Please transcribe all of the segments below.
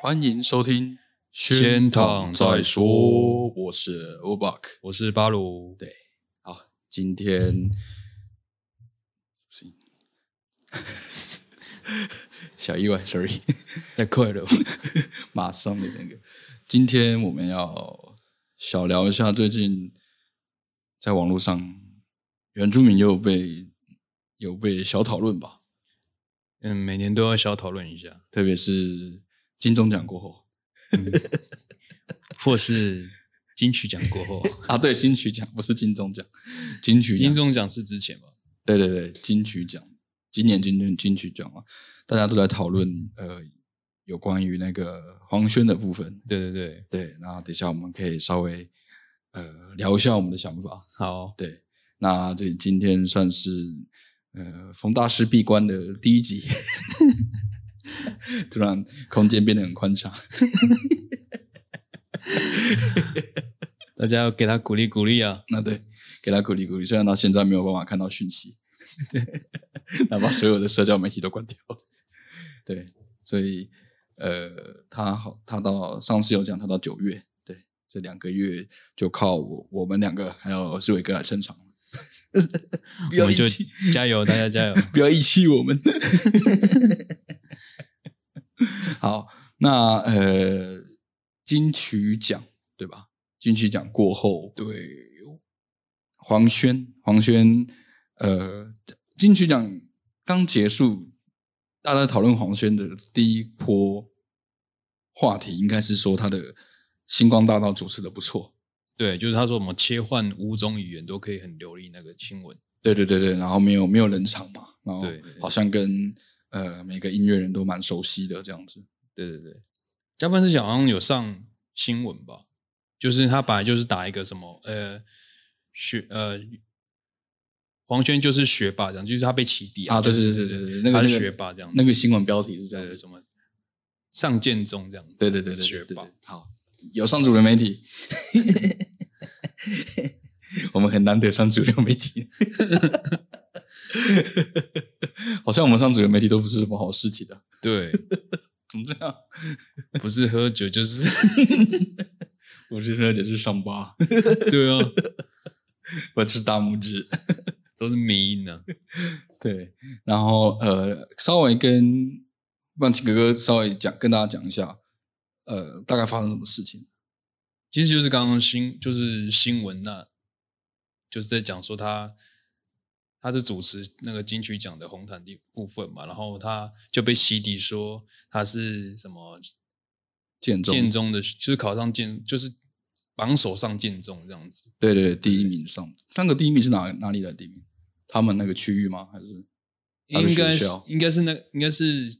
欢迎收听《先躺再说我是 o b a k 我是巴鲁，对，好，今天是 小意外，sorry， 太快了吧，马上的那个。今天我们要小聊一下最近在网络上原住民又被有被小讨论吧，嗯，每年都要小讨论一 下，特别是金钟奖过后或是金曲奖过后，啊，对，金曲奖不是金钟奖，金曲 金奖钟奖是之前吧？对对对，金曲奖，今年金金金曲奖嘛，大家都在讨论呃有关于那个黄轩的部分。对对对，对，然后等一下我们可以稍微呃聊一下我们的想法。好，对，那这今天算是呃冯大师闭关的第一集， 突然空间变得很宽敞。大家要给他鼓励鼓励啊！那对，给他鼓励鼓励，虽然到现在没有办法看到讯 息，对，那把所有的社交媒体都关掉， 对，所以呃，他好，他到上次有讲他到九月，对，这两个月就靠我我们两个还有志伟哥来撑场， 不我要们遗就弃，加油，大家加油！ 不要遗弃我们。好，那呃，金曲奖对吧？金曲奖过后，对，黄轩，黄轩，呃，金曲奖刚结束，大家讨论黄轩的第一波话题，应该是说他的《星光大道》主持的不错。对，就是他说我们切换五种语言都可以很流利那个新闻，对对对对，然后没有没有冷场嘛，然后对对对好像跟呃每个音乐人都蛮熟悉的这样子。对对对，加班是小好像有上新闻吧？就是他本来就是打一个什么呃学呃黄轩就是学霸这样，就是他被起底啊对就是对对对对那他个那是个学霸这样子，那个新闻标题是这样呃子，什么上剑宗这样子，对对对对对学对霸对，好，有上主流媒体，我们很难得上主流媒体，好像我们上主流媒体都不是什么好事情的，对，怎么这样？不是喝酒就是 我是说，姐是伤疤，对啊，我是大拇指。都是迷因啊，对，然后呃，稍微跟万奇哥哥稍微讲，跟大家讲一下，呃，大概发生什么事情。其实就是刚刚新就是新闻那，就是在讲说他他是主持那个金曲奖的红毯地部分嘛，然后他就被洗底说他是什么建中，建中的，就是考上建就是榜首上建中这样子，对对对，第一名上，那个第一名是哪哪里的第一名？他们那个区域吗？还是他的应该学是校应该是那应该是，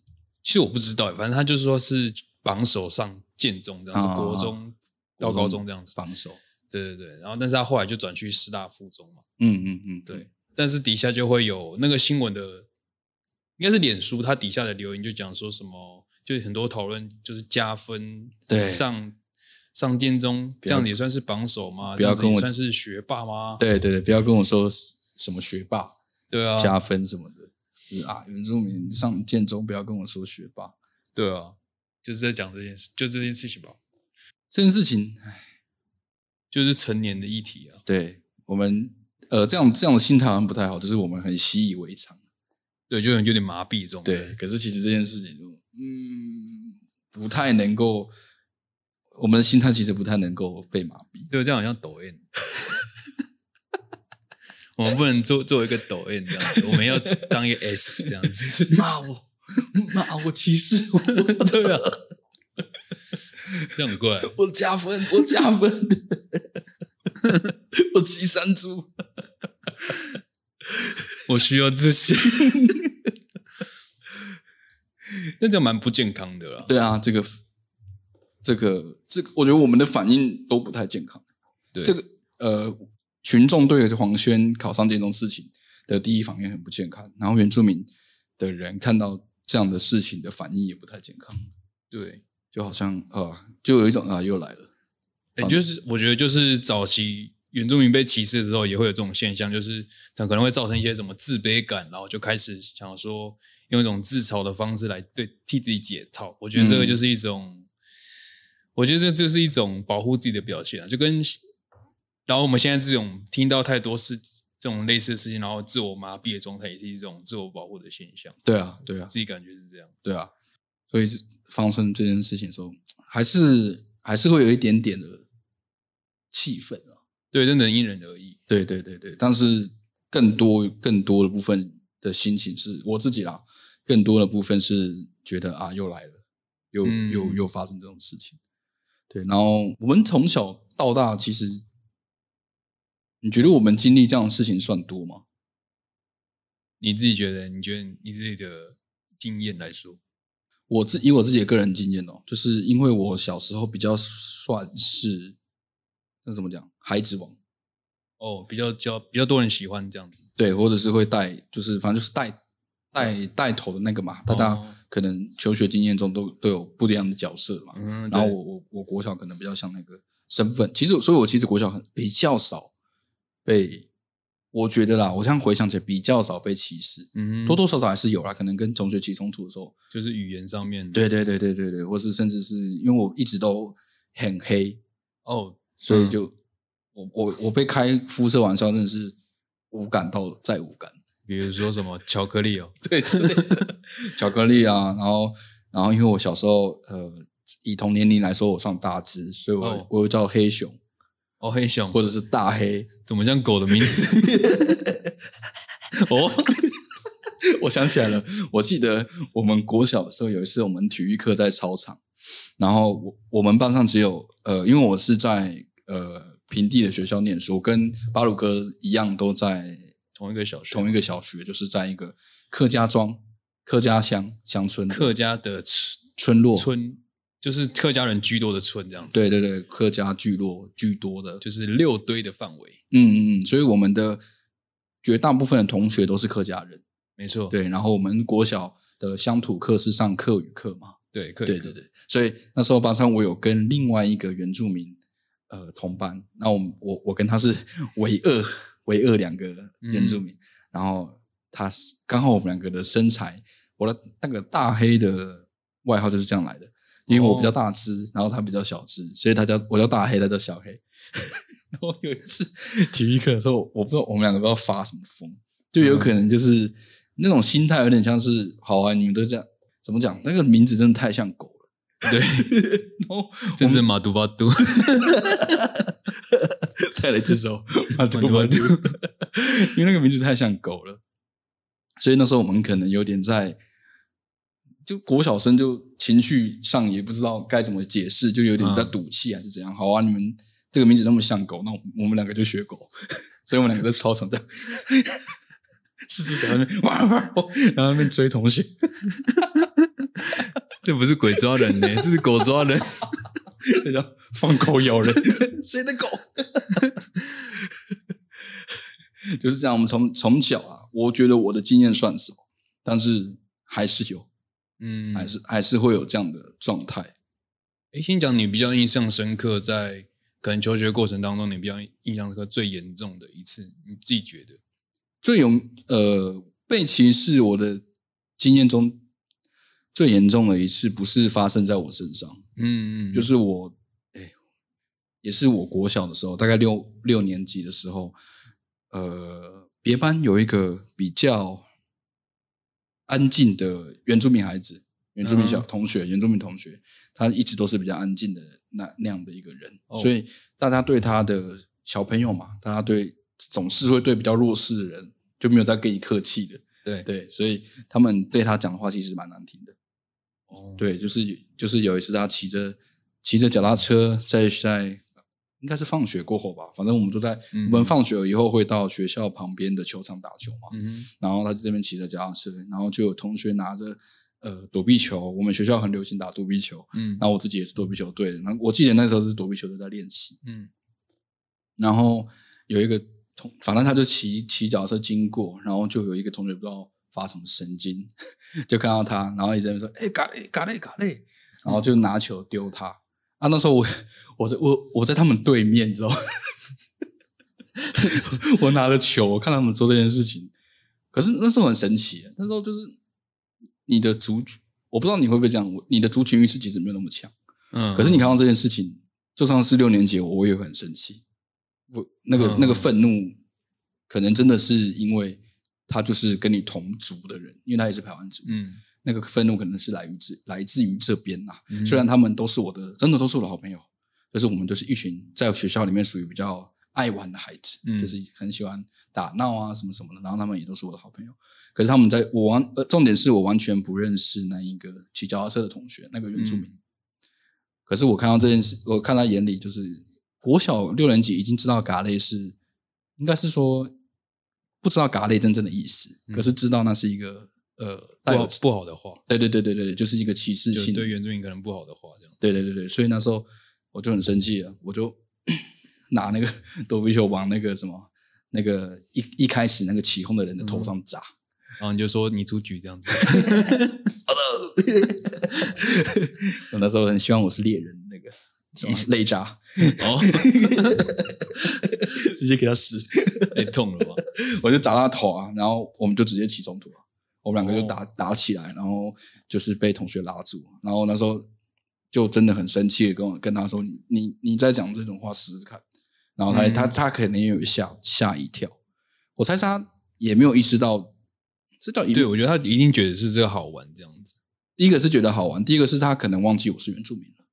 其实我不知道，欸反正他就是说是榜首上建中这样子，啊国中到高中这样子，防守？对对对，然后但是他后来就转去师大附中嘛，嗯嗯嗯，对，但是底下就会有那个新闻的，应该是脸书，它底下的留言就讲说什么，就是很多讨论，就是加分，对上上建中不这要样子也算是榜首吗？不要这跟样子我也算是学霸吗？对对对，不要跟我说什么学霸、对啊，加分什么的，就是啊，原住民上建中，不要跟我说学霸对啊，就是在讲这件事，就这件事情吧，这件事情。唉就是成年的议题啊，对我们呃，这样这样的心态好像不太好，就是我们很习以为常。对，就有有点麻痹这种，对，，可是其实这件事情，嗯，不太能够，我们的心态其实不太能够被麻痹。对，这样好像抖 N。我们不能做做一个抖 N 这样子，我们要当一个 S 这样 子。骂我，骂我歧视我， 对啊，这样很怪。我加分，我加分， 我骑山猪。我需要 自信。那这样蛮不健康的啦。对啊，这个，这个，这个，我觉得我们的反应都不太健康。对这个呃，群众对黄轩考上这种事情的第一反应很不健康，然后原住民的人看到这样的事情的反应也不太健康，对，就好像啊、就有一种啊又来了。哎、就是我觉得就是早期原住民被歧视的时候，也会有这种现象，就是他可能会造成一些什么自卑感，然后就开始想说用一种自嘲的方式来对替自己解套。我觉得这个嗯就是一种我觉得这就是一种保护自己的表现、啊，就跟然后我们现在这种听到太多事这种类似的事情，然后自我麻痹的状态，也是一种自我保护的现象。对啊，对啊，自己感觉是这样。对啊，所以是发生这件事情的时候，还是还是会有一点点的气愤啊。对，真的因人而异。对对对对，但是更多更多的部分的心情是我自己啦，更多的部分是觉得啊，又来了，又、嗯又又发生这种事情。对，然后我们从小到大，其实你觉得我们经历这样的事情算多吗？你自己觉得？你觉得你自己的经验来说，我自以我自己的个人经验哦，就是因为我小时候比较算是那怎么讲，孩子王，哦，比较较比较多人喜欢这样子。对，或者是会带，就是反正就是带带带头的那个嘛，大家嗯哦可能求学经验中都都有不一样的角色嘛。嗯，然后对我我我国小可能比较像那个身份，其实所以我其实国小很比较少被，我觉得啦，我现在回想起来比较少被歧视，嗯多多少少还是有啦，可能跟同学起冲突的时候，就是语言上面对对对对对对，或是甚至是因为我一直都很黑，哦，所以嗯就、我我我被开肤色玩笑真的是无感到再无感。 比如说什么巧克力哦，对之类的巧克力啊，然后然后因为我小时候呃，以同年龄来说我算大只，所以我、哦我又叫黑熊哦黑熊或者是大黑，怎么像狗的名字？ 哦，我想起来了，我记得我们国小的时候有一次，我们体育课在操场，然后我我们班上只有呃，因为我是在呃平地的学校念书，我跟巴鲁哥一样都在同一个小学，同一个小学，就是在一个客家庄、客家乡乡村的客家的村村落。村，就是客家人居多的村这样子。对，对对，客家聚落居多的，就是六堆的范围，嗯嗯嗯，所以我们的绝大部分的同学都是客家人，没错。对。然后我们国小的乡土课是上客语课嘛，对客对对对。所以那时候班上我有跟另外一个原住民呃同班，那我们我我跟他是 唯二唯二两个原住民，然后他是刚好我们两个的身材，我的那个大黑的外号就是这样来的。因为我比较大只，然后他比较小只，所以他叫我叫大黑，他叫小黑。 然后有一次 体育课的时候，嗯我不知道我们两个不知道发什么疯，就有可能就是、那种心态有点像是，好啊，你们都这样，怎么讲？那个名字真的太像狗了。对，然后真正马杜巴杜， 带啊来这首马杜杜巴巴杜杜， 因为那个名字太像狗了，所以那时候我们可能有点在，就国小生就情绪上也不知道该怎么解释，就有点在嗯赌气还是怎样。好啊，你们这个名字那么像狗，那我我们两个就学狗， 所以我们两个在操场上四只脚在那边哇哇，哇然后在那边追同学， 这不是鬼抓人呢、这是狗抓人。然后 放狗咬人，谁的狗？ 就是这样，我们从从小啊，我觉得我的经验算少，但是还是有，嗯，还是、还是会有这样的状态。诶，先讲你比较印象深刻，在可能求学过程当中，你比较印象深刻最严重的一次，你自己觉得？最有呃被歧视，我的经验中最严重的一次，不是发生在我身上，嗯嗯，就是我，哎，也是我国小的时候，大概六六年级的时候，呃，别班有一个比较安静的原住民孩子，原住民小嗯同学，原住民同学，他一直都是比较安静的那那样的一个人，哦所以大家对他的小朋友嘛，大家对总是会对比较弱势的人就没有再跟你客气的，对对，所以他们对他讲的话其实蛮难听的。哦对，就是就是有一次他骑着骑着脚踏车在在应该是放学过后吧，反正我们都在、嗯我们放学以后会到学校旁边的球场打球嘛，嗯哼然后他就这边骑着脚踏车，然后就有同学拿着呃躲避球，我们学校很流行打躲避球，嗯然后我自己也是躲避球队的，然后我记得那时候是躲避球队在练习，嗯然后有一个同，反正他就骑骑脚踏车经过，然后就有一个同学不知道发什么神经， 就看到他，然后一直在那边说：“哎、嘎嘞嘎嘞嘎嘞！”然后就拿球丢他。啊，那时候我我在我我在他们对面，你知道吗？ 我拿着球，我看他们做这件事情。可是那时候很神奇，那时候就是你的族群，我不知道你会不会这样，我你的族群意识其实没有那么强。嗯，可是你看到这件事情，就算是六年级，我也会很生气。我那个、嗯那个愤怒，可能真的是因为他就是跟你同族的人，因为他也是排湾族，嗯，那个愤怒可能是来于自来自于这边呐、嗯虽然他们都是我的，真的都是我的好朋友，就是我们就是一群在学校里面属于比较爱玩的孩子，嗯就是很喜欢打闹啊什么什么的。然后他们也都是我的好朋友，可是他们在我完，呃，重点是我完全不认识那一个骑脚踏车的同学，那个原住民。嗯可是我看到这件事，我看他眼里就是国小六年级已经知道嘎类是，应该是说不知道嘎类真正的意思，嗯可是知道那是一个呃带不有好不好的话，对对对对对，就是一个歧视就性的对原住民可能不好的话，这样。对对对对，所以那时候我就很生气了，我就 拿那个 躲避球往那个什么那个一一开始那个起哄的人的嗯头上砸，然后你就说你出局这 样子，我那时候很希望我是猎人那个什么泪渣，哦， 直接给他死，哎、痛了吧？我就砸他头啊，然后我们就直接起冲突了，我们两哦个就打、打起来，然后就是被同学拉住，然后那时候就真的很生气的跟我跟他说，你你你再讲这种话试试看，然后他、嗯他他肯定有吓吓一跳，我猜他也没有意识到，这叫一对，我觉得他一定觉得是这个好玩这样子。第一个是觉得好玩，第一个是他可能忘记我是原住民了，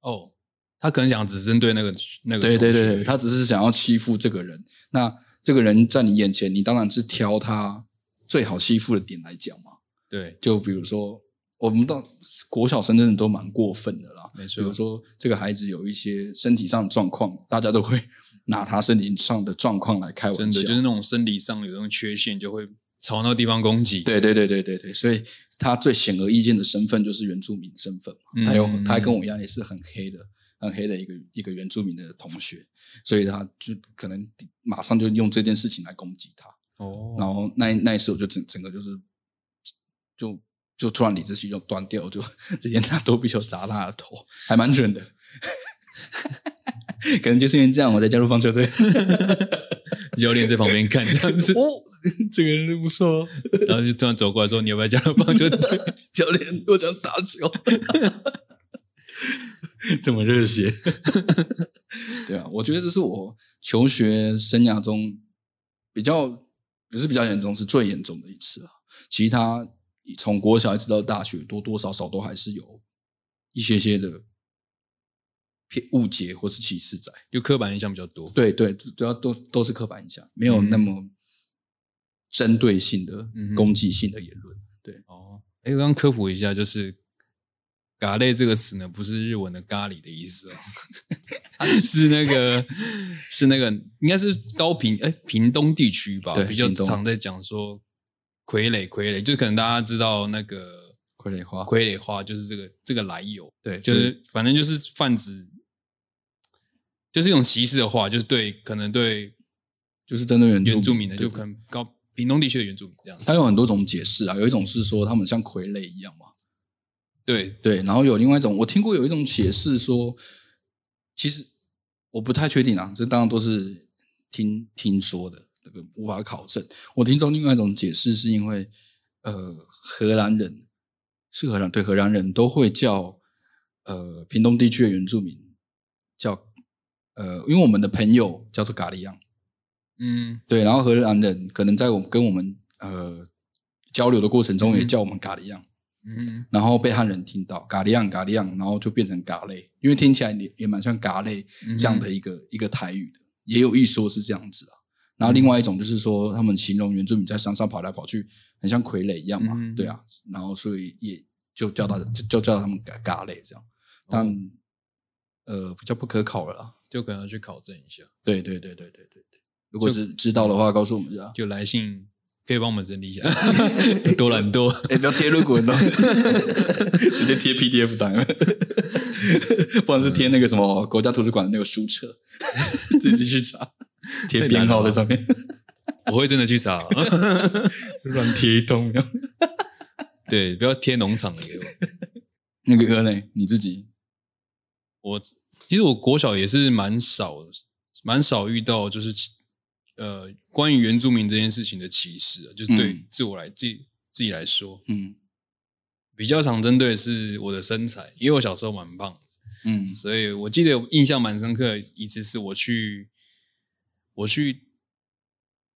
哦，他可能想只针对那个那个对对同对学对，他只是想要欺负这个人，那这个人在你眼前，你当然是挑他最好欺负的点来讲嘛。对，就比如说，我们到国小生真的都蛮过分的啦。没比如错，说，这个孩子有一些身体上的状况，大家都会拿他身体上的状况来开玩笑。嗯真的就是那种生理上有那种缺陷，就会朝那个地方攻击。，对对对对对对，所以他最显而易见的身份就是原住民身份嘛。嗯他有他跟我一样也是很黑的，很黑的一个一个原住民的同学，所以他就可能马上就用这件事情来攻击他。哦，然后那一那一次我就整整个就是就就突然理智线就断掉，我就直接拿躲避球砸他的头，还蛮准的。 可能就是因为这样，我才加入棒球队。 教练在旁边看这样子，哦，这个人不错哦，然后就突然走过来说：“你要不要加入棒 球队教练，我想打球， 这么热血。 对啊，我觉得这是我求学生涯中比较不是比较严重，是最严重的一次啊。其他从国小一直到大学，多多少少都还是有一些些的偏误解或是歧视在。？”就刻板印象比较多。对对，主要都都是刻板印象，没有那么针对性的、嗯哼攻击性的言论。哦，哎，我刚刚科普一下，就是“咖喱”这个词呢，不是日文的“咖喱”的 意思哦，它是那个是那个应该是高平哎屏东地区吧对，比较屏东常在讲说傀儡傀儡，就可能大家知道那个傀儡花，嗯傀儡花就是这个这个来由，对，就所以是反正就是泛指，就是一种歧视的话，就是对可能对就是针对原原住民的，对就可能高屏东地区的原住民这样它子。有很多种解释啊，有一种是说他们像傀儡一样嘛，对，对，然后有另外一种，我听过有一种解释说，其实我不太确定啊，这当然都是听听说的，这个无法考证。我听说另外一种解释是因为，呃，荷兰人是荷兰对荷兰人都会叫呃屏东地区的原住民叫呃，因为我们的朋友叫做咖喱样。嗯，对，然后荷兰人可能在我们跟我们呃交流的过程中，也嗯叫我们咖喱样，嗯，然后被汉人听到咖喱样咖喱样，然后就变成嘎类，因为听起来也也蛮像嘎类嗯这样的一个、一个台语的，也有一说是这样子啊。然后另外一种就是说，他们形容原住民在山上跑来跑去，很像傀儡一样嘛，嗯对啊。然后所以也就叫他就就叫他们嘎嘎类这样，哦但、呃比较不可考了啦。就可能要去考证一下。对对对对对对对，如果是知道的话，告诉我们一下。就来信可以帮我们整理一 下，多懒惰。哎、不要贴入滚哦， 直接贴 PDF 档， 不然是贴那个什么国家图书馆的那个书册， 自己去查， 贴编号在上面，我会真的去查，哦乱贴一通。 对，不要贴农场的给我。 那个歌呢？你自己我其实我国小也是蛮少蛮少遇到，就是歧呃关于原住民这件事情的歧视、啊，就是对嗯自我来、自己自己来说，嗯比较常针对的是我的身材，因为我小时候蛮胖的，嗯所以我记得我印象蛮深刻的一次是我去我去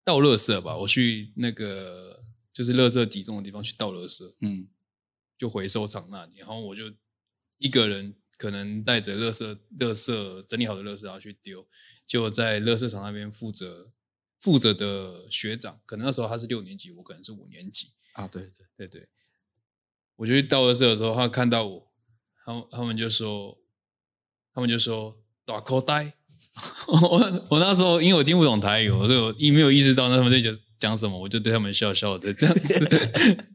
倒垃圾吧，我去那个就是垃圾集中的地方去倒垃圾，嗯就回收厂那里，然后我就一个人可能带着垃圾、垃圾整理好的垃圾然后去丢，就在垃圾场那边负责负责的学长，可能那时候他是六年级，我可能是五年级，啊，对对，对对，我就去倒垃圾的时候，他看到我，他们他们就说，他们就说打口袋。 我我那时候因为我听不懂台语，我就一没有意识到那他们在讲讲什么，我就对他们笑笑的这样子。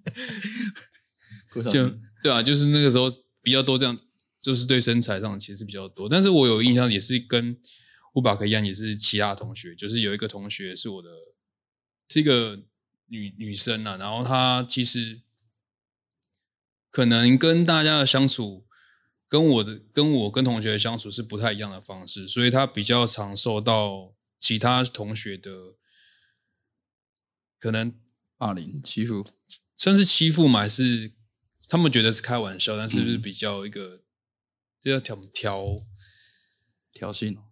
郭晓就婷对啊，就是那个时候比较多这样，就是对身材上其实比较多。但是我有印象，也是跟乌巴克一样，也是其他同学，就是有一个同学是我的，是一个女女生啊，然后她其实可能跟大家的相处。跟我的跟我跟同学的相处是不太一样的方式，所以她比较常受到其他同学的可能霸凌欺负，算是欺负嘛，还是他们觉得是开玩笑，但是不是嗯比较一个这叫挑挑挑衅哦，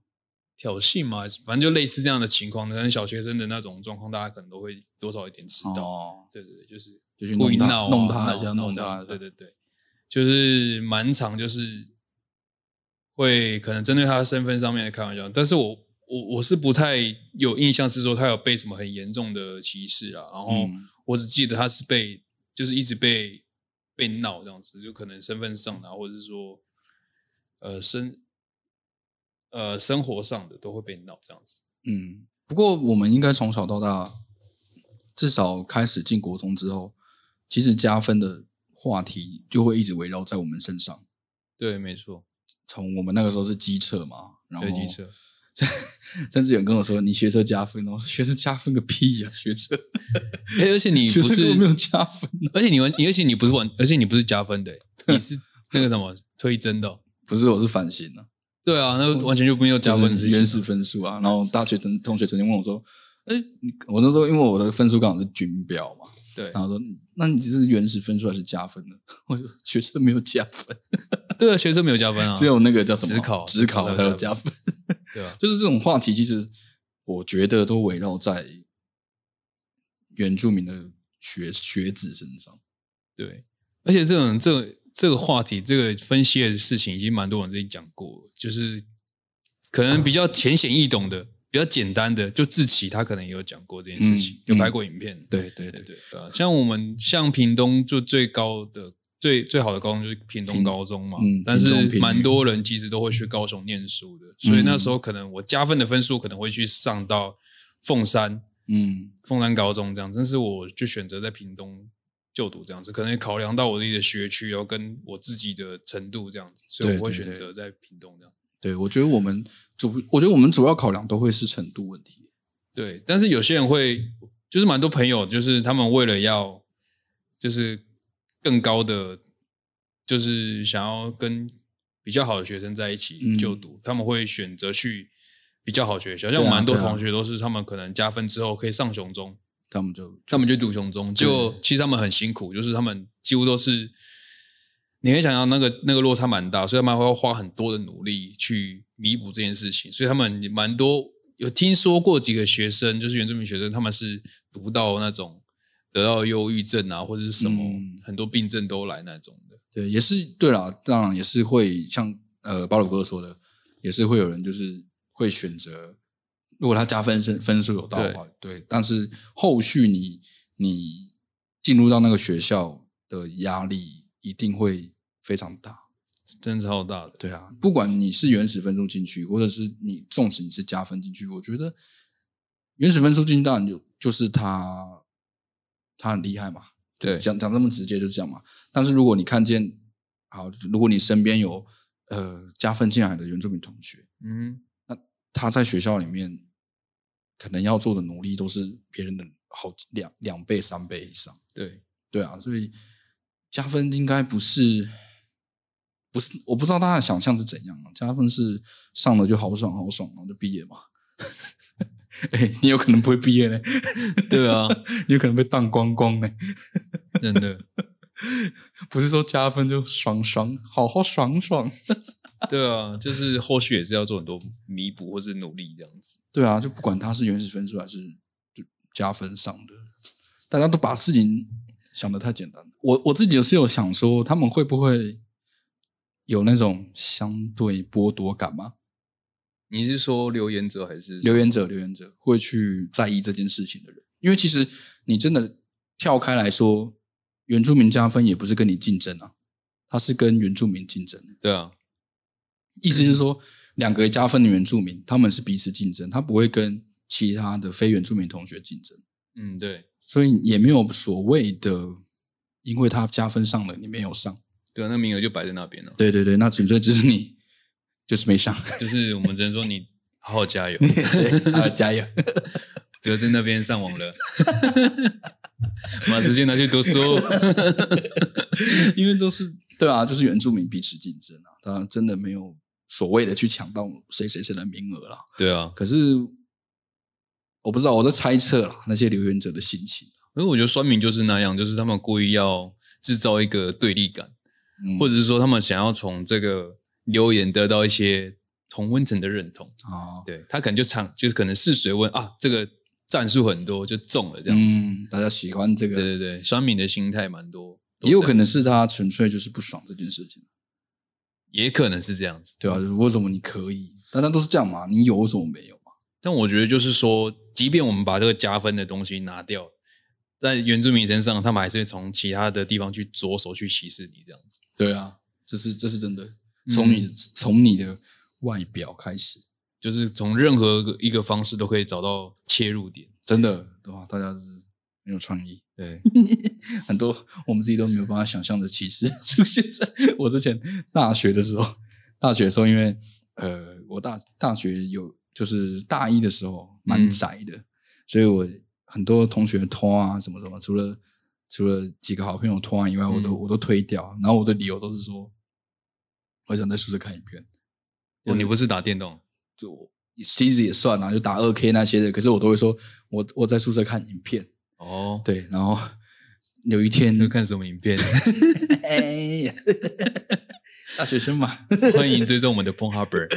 挑衅嘛？反正就类似这样的情况，可能小学生的那种状况，大家可能都会多少有点知道。哦，对对对，就是就去故意弄他闹啊弄他一下闹弄这样他一下对对对，就是蛮常就是会可能针对他身份上面的开玩笑，但是我我我是不太有印象是说他有被什么很严重的歧视啊，然后。嗯我只记得他是被，就是一直被被闹这样子，就可能身份上啊，或者是说，呃生，呃生活上的都会被闹这样子。嗯，不过我们应该从小到大，至少开始进国中之后，其实加分的话题就会一直围绕在我们身上。对，没错，从我们那个时候是机测嘛，然后对机车，甚至有人跟我说你学车加分哦，学车加分个屁呀、学车哎、而且你学不车根是本没，有加分，啊而且你玩，而且你不是玩，而且你不是加 分的、你是那个什么推真的哦、不是我是反省啊，对啊，那完全就没有加分的就是事原情始啊。分数啊。然后大学同同学曾经问我说：“哎、你我那时候因为我的分数刚好是均标嘛，对然后说那你这是原始分数还是加分呢？”我说：“学车没有加分，对啊，学生没有加分啊，只有那个叫什么职考职考才有加分。对啊”，就是这种话题，其实我觉得都围绕在原住民的学学子身上。对，而且这种这个这个话题，这个分析的事情，已经蛮多人在讲过了，就是可能比较嗯浅显易懂的、比较简单的，就志奇他可能也有讲过这件事情，嗯有拍过影片。对对对对，对对啊，像我们像屏东就最高的。最最好的高中就是屏东屏高中嘛，嗯但屏是东屏嗯蛮女多人其实都会去高雄念书的，所以那时候可能我加分的分数可能会去上到凤山，嗯凤山高中这样，但是我就选择在屏东就读这样子，可能也考量到我自己的学区，然后跟我自己的程度这样子，所以对我会对选对择在屏东这样。对，我觉得我们主，我觉得我们主要考量都会是程度问题。对，但是有些人会，就是蛮多朋友，就是他们为了要，就是更高的，就是想要跟比较好的学生在一起嗯就读，他们会选择去比较好的学校，对像啊我蛮多对啊同学都是他们可能加分之后可以上雄中，他们就他们就读雄中，就其实他们很辛苦，就是他们几乎都是，你会想到那个那个落差蛮大，所以他们会花很多的努力去弥补这件事情，所以他们蛮多有听说过几个学生，就是原住民学生，他们是读到那种得到忧郁症啊，或者是什么、嗯很多病症都来那种的，对，也是对啦，当然也是会像呃巴鲁哥说的，也是会有人就是会选择，如果他加分分分数有到的话，对，但是后续你你进入到那个学校的压力一定会非常大。真的超大的。对啊，不管你是原始分数进去，或者是你纵使你是加分进去，我觉得原始分数进去当然就就是他他很厉害嘛，对讲讲这么直接就是这样嘛。但是如果你看见，好，如果你身边有呃加分进来的原住民同学，嗯，他在学校里面可能要做的努力都是别人的好两两倍、三倍以上。对，对啊，所以加分应该不是不是，我不知道大家的想象是怎样啊。加分是上了就好爽好爽，然后就毕业嘛。 哎、你有可能不会毕业呢，对啊，你有可能被当光光呢。真的。不是说加分就爽爽，好好爽爽。对啊，就是后续也是要做很多弥补或是努力这样子。对啊，就不管他是原始分数还是就加分上的，大家都把事情想得太简单了。我我自己有是有想说，他们会不会有那种相对剥夺感吗？你是说留言者还是留言者，留言者会去在意这件事情的人，因为其实你真的跳开来说，原住民加分也不是跟你竞争啊，他是跟原住民竞争。对啊，意思是说，两个加分的原住民，他们是彼此竞争，他不会跟其他的非原住民同学竞争，嗯，对所以也没有所谓的，因为他加分上了，你没有上。对啊，那名额就摆在那边了。对对对，那纯粹只是你就是没上，就是我们只能说你好好加油，对啊，加油！不要在那边上网了， 把时间拿去读书。 因为都是对啊，就是原住民彼此竞争啊，他真的没有所谓的去抢到谁谁谁的名额啦。 对啊，可是我不知道，我在猜测啦，那些留言者的心情，啊因为我觉得酸民就是那样，就是他们故意要制造一个对立感，嗯或者是说他们想要从这个留言得到一些同温层的认同。啊，对他可能就常就是可能试水温啊，这个战术很多就中了这这样样子。子、大家喜欢这个对对对，酸民的心态蛮多，也有可能能是他纯粹就是不爽这件事情，也可能是这样子。对吧、就是为什么你可以？大家都是这样嘛，你有为什么没有嘛？但我觉得就是说，即便我们把这个加分的东西拿掉，在原住民身上，他们还是会从其他的地方去着手去歧视你这样子。对啊，这是这是真的，嗯从你、从你的外表开始，就是从任何一个方式都可以找到切入点。真的对吧？大家是很有创意， 对，很多我们自己都没有办法想象的歧视 出现在我之前大学的时候。大学的时候，因为呃，我大大学有就是大一的时候蛮嗯宅的，所以我很多同学拖啊什么什么，除了除了几个好朋友拖啊以外，我都、嗯我都推掉。啊然后我的理由都是说，我想在宿舍看影片，哦你不是打电动，就其实也算啊啦，就打二 K 那些的，可是我都会说我我在宿舍看影片。哦，对，然后有一天那看什么影片？哎呀， 大学生嘛，欢迎追踪我们的 p o n h u b e r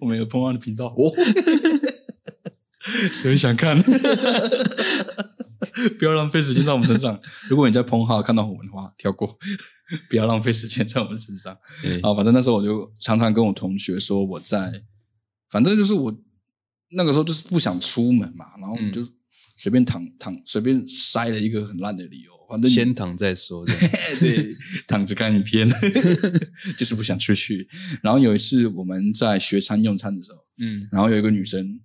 我们有同样的频道哦， 谁会想看？ 不要浪费时间在我们身上。如果你在棚号看到我们的话，跳过， 不要浪费时间在我们身上。对啊，反正那时候我就常常跟我同学说我在，反正就是我那个时候就是不想出门嘛，然后我们就随便躺躺，随便塞了一个很烂的理由，反正你先躺再说。 这样对，躺着看影片， 就是不想出去。然后有一次我们在学餐用餐的时候，嗯然后有一个女生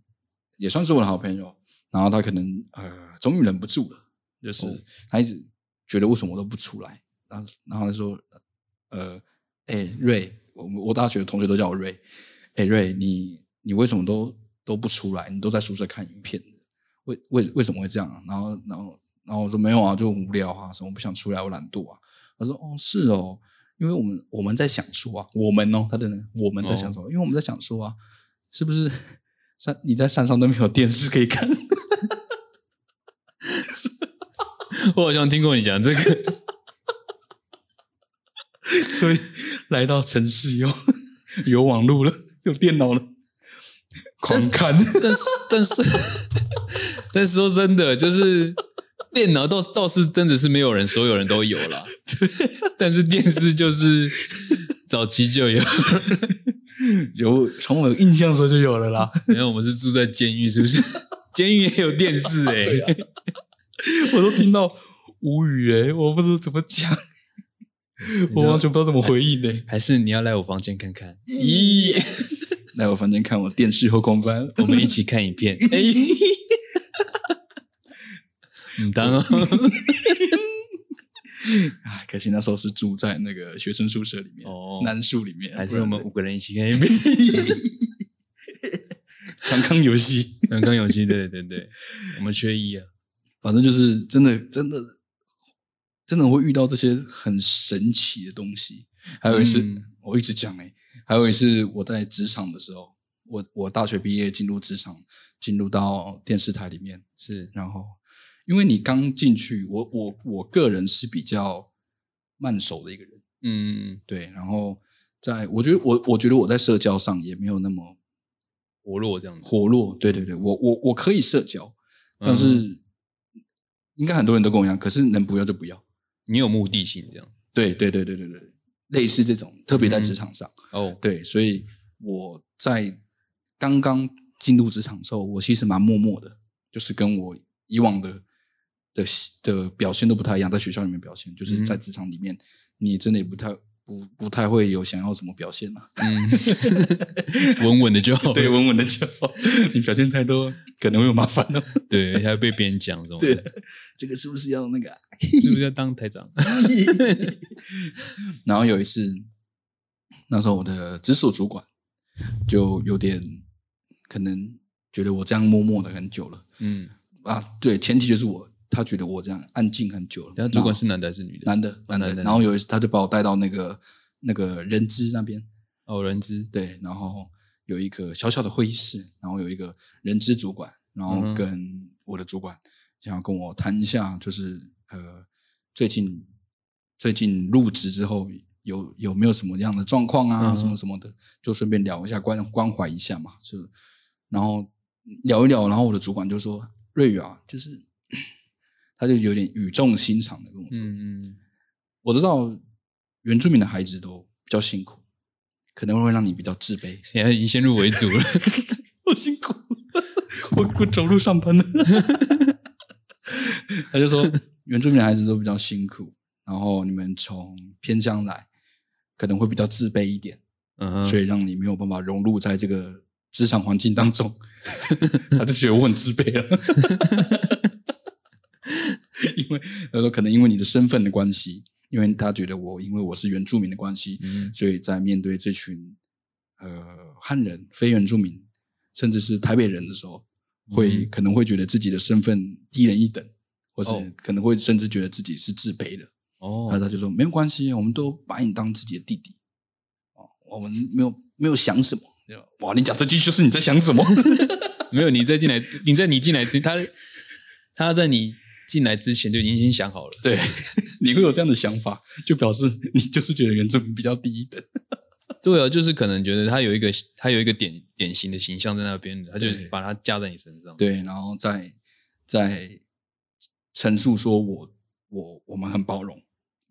也算是我的好朋友，然后她可能呃终于忍不住了，就是、哦她一直觉得为什么我都不出来，然后然后她说呃哎、瑞，我我大学的同学都叫我瑞，哎、瑞你你为什么都都不出来，你都在宿舍看影片，为为为什么会这样啊、然后然后然后我说没有啊，就很无聊啊，什么不想出来，我懒惰啊。她说哦是哦。因为我们我们在想说啊，我们哦，她的呢，我们在想说，因为我们在想说啊，是不是 山你在山上都没有电视可以看？我好像听过你讲这个，所以来到城市以后，有网络了，有电脑了，狂看。 但是但是但是说真的，就是电脑倒倒是真的是没有人，所有人都有啦。但是电视就是早期就有，有从我有印象的时候就有了啦，然后我们是住在监狱，是不是？监狱也有电视哎、对啊我都听到无语哎、我不知道怎么讲，知道我完全不知道怎么回应欸呢、 还是你要来我房间看看？咦， 来我房间看我电视后空 翻，哦我们一起看影片。哎、 嗯，当哦，啊，可惜那时候是住在那个学生宿舍里面，哦男宿里面， 还不是然我们五个人一起看影片。 常康游戏。 刚刚有期，对对对，我们缺一啊。反正就是真的，真的，真的会遇到这些很神奇的东西。还有一次，嗯我一直讲哎、还有一次我在职场的时候，我我大学毕业进入职场，进入到电视台里面，是，然后因为你刚进去，我我我个人是比较慢熟的一个人，嗯，对，然后在我觉得我我觉得我在社交上也没有那么活络这样子。活络。对对对，我我我可以社交，嗯但是应该很多人都跟我一样，可是能不要就不要。你有目的性这样。对对对对对对，类似这种，特别在职嗯场上。哦，对，所以我在刚刚进入职场的时候，我其实蛮默默的，就是跟我以往的的的表现都不太一样，在学校里面表现，就是在嗯职场里面，你真的也不太不不太会有想要什么表现嘛、嗯，稳稳的就 好。对，稳稳的就好， 你表现太多可能会有麻烦哦。对，还要被别人讲这种，对， 这个是不是要那个啊、 是不是要当 台长？然后有一次，那时候我的直属主管就有点可能觉得我这样默默的很久了。嗯，啊，对，前提就是我，他觉得我这样安静很久了。然后主管是男的还是女的？男的，男的。男的然后有一次，他就把我带到那个那个人资那边，哦，人资。对，然后有一个小小的会议室，然后有一个人资主管，然后嗯哼跟我的主管想要跟我谈一下，就是呃，最近最近入职之后有有没有什么样的状况啊，嗯哼什么什么的，就顺便聊一下关关怀一下嘛，是，然后聊一聊，然后我的主管就说：“瑞宇啊，就是。”他就有点语重心长的跟我说：“嗯嗯，我知道原住民的孩子都比较辛苦，可能会让你比较自卑。你看已经先入 为主了。我辛苦， 我我走路上班了。 他就说，原住民的孩子都比较辛苦，然后你们从偏乡来，可能会比较自卑一点，嗯哼，所以让你没有办法融入在这个职场环境当中。他就觉得我很自卑了，因为他说可能因为你的身份的关系，因为他觉得我因为我是原住民的关系，嗯所以在面对这群呃汉人、非原住民，甚至是台北人的时候，会、嗯可能会觉得自己的身份低人一等，或哦是可能会甚至觉得自己是自卑的。哦然后，他就说没有关系，我们都把你当自己的弟弟，哦，我们没有没有想什么。对吧哇，你讲这句就是你在想什么？ 没有，你在进来，你在你进来之前，他他在你进来之前就已经先想好了。对， 你会有这样的想法，就表示你就是觉得原住民比较低一等。对啊，就是可能觉得他有一个他有一个典典型的形象在那边，他就对把它架在你身上。对，然后再再陈述说我我我们很包容，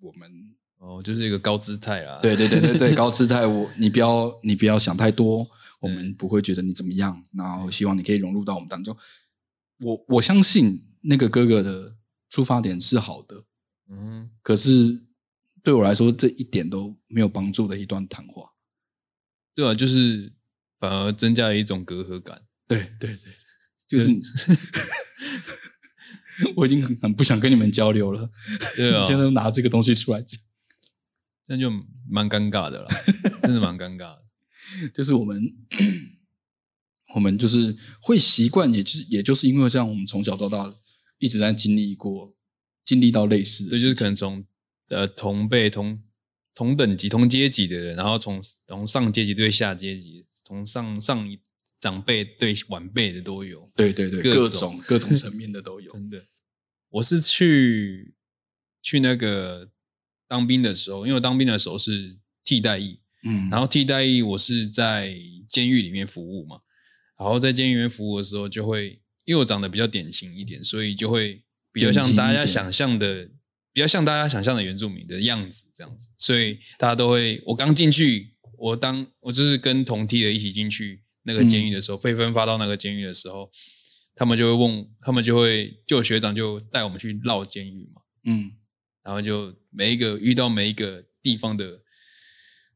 我 们哦，就是一个高姿态啦。对对对对对高姿态，我你不要你不要想太多，我对们不会觉得你怎么样，然后希望你可以融入到我们当中。我我相信那个哥哥的出发点是好的，嗯可是对我来说这一点都没有帮助的一段谈话。对啊，就是反而增加了一种隔阂感。对对对， 就是你 我已经很很不想跟你们交流了。对啊你，现在都拿这个东西出来讲，这样就蛮尴尬的啦， 真的蛮尴尬的。就是我们，我们就是会习惯，也就是也就是因为这样，我们从小到大一直在经历过，经历到类似的所事情，以就是可能从呃同辈同同等级同阶级的人，然后从从上阶级对下阶级，从上上一长辈对晚辈的都有。对对对，各各种种各种层面的都 有。真的，我是去去那个当兵的时候，因为我当兵的时候是替代役，嗯，然后后替代役我是在监狱里面服务嘛，然后在监狱里面服务的时候，就会因为我长得比较典型一点，所以就会比较像大典型一家点想象的，比较像大家想象的原住民的样子这样子，所以大家都会，我刚进去，我当我就是跟同梯的一起进去那个监狱的嗯时候，被分发到那个监狱的时候，他们就会问，他们就会就有学长就带我们去绕监狱嘛。嗯然后就每一个遇到每一个地方的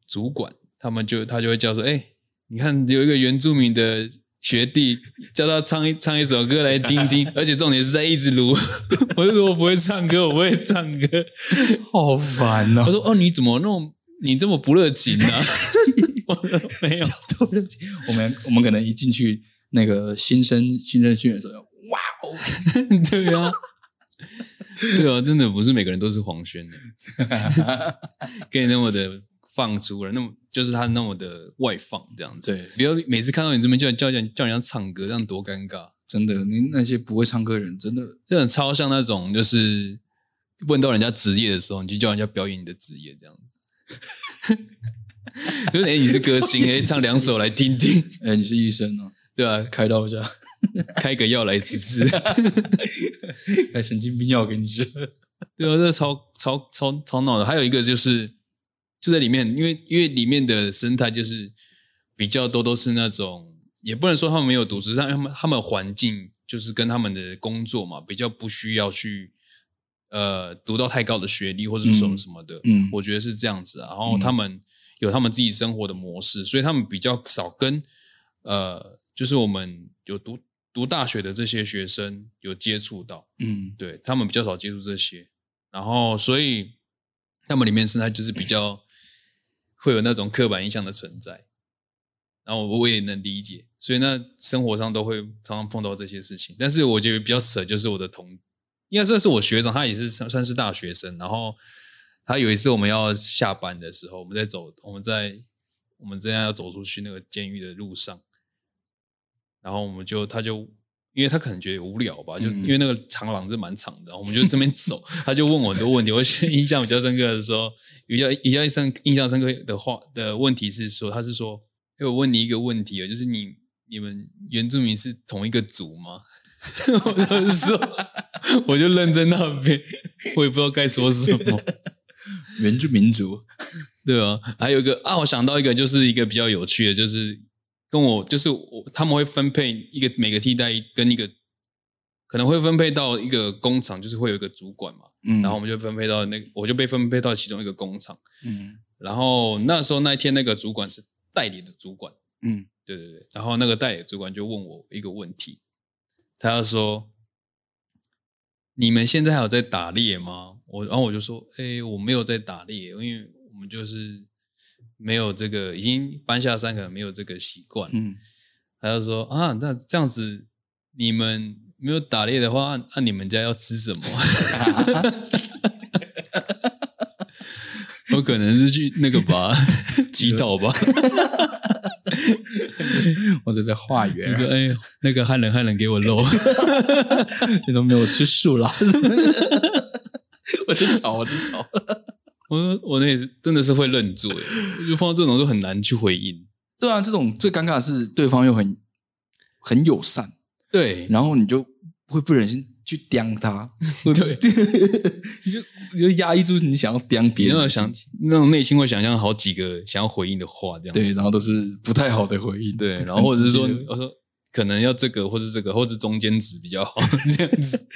主管，他们就他就会叫说：“哎、你看有一个原住民的学弟，叫他唱一唱一首歌来听听。”而且重点是在一直撸， 我就说我不会唱歌，我不会唱歌。好烦他 哦，说：“哦，你怎么那么你这么不热情呢、啊？” 我说：“没有，我们我们可能一进去那个新生新生训练的时候，哇哦， 对啊，对啊，真的不是每个人都是黄轩的，可以那么的放出来，那么就是他那么的外放这样子。对不要每次看到你这边叫叫人叫人家唱歌，这样多尴尬。真的，您那些不会唱歌的人真的这种超像那种就是问到人家职业的时候，你就叫人家表演你的职业这样子。 就是哎、你是歌星，哎、唱两首来听听，哎、你是医生哦，对吧、开刀一下，开个药来吃吃，开神经病药给你 吃。对啊，这超超超超闹的。还有一个就是就在里面，因为因为里面的生态就是比较多都是那种，也不能说他们没有读书，但他们他们环境就是跟他们的工作嘛，比较不需要去呃读到太高的学历或者是什么嗯什么的。嗯我觉得是这样子啊、然后嗯他们有他们自己生活的模式，所以他们比较少跟呃，就是我们有读读大学的这些学生有接触到。嗯对他们比较少接触这些，然后所以他们里面生态就是比较会有那种刻板印象的存在，然后我也能理解，所以那生活上都会常常碰到这些事情。但是我觉得比较舍就是我的同，应该算是我学长，他也是算算是大学生，然后他有一次我们要下班的时候，我们在走，我们在我们这样要走出去那个监狱的路上，然后我们就他就。因为他可能觉得无聊吧，就是嗯因为那个长廊是蛮长的，然后我们就这边走，他就问我很多问题。我印象比较深刻的时候，比较比较印象印象深刻的话的问题是说，他是说，哎，我问你一个问题哦，就是你你们原住民是同一个族吗？ 我就说，我就愣在那边，我也不知道该说什么，原住民族，对啊，还有一个啊，我想到一个，就是一个比较有趣的，就是跟我就是我他们会分配一个每个替代跟一个可能会分配到一个工厂，就是会有一个主管嘛，嗯，然后我们就分配到那我就被分配到其中一个工厂。嗯然后那时候那一天那个主管是代理的主管，嗯对对对。然后那个代理主管就问我一个问题，他要说：“你们现在还有在打猎吗？”我然后我就说：“哎，我没有在打猎，因为我们就是没有这个，已经搬下山，可能没有这个习惯。”嗯他就说：“啊，那这样子你们没有打猎的话，那、啊你们家要吃什么？” 我可能是去那个吧， 祈祷吧。嗯我都在化 你缘说：“，哎，那个汉人，汉人给 我肉。你都没有吃素啦。 我吃草，我吃草。我”我那也是真的是会愣住，哎我就碰到这种就很难去回应。对啊，这种最尴尬的是对方又很很友善，对，然后你就会不忍心去刁他， 对， 你就你就压抑住你想要刁别你人那的种想心情，那种内心会想象好几个想要回应的话，这样子对，然后都是不太好的回应， 对，然后或者是说很直接，我说可能要这个，或是这个，或是中间值比较好， 这样子。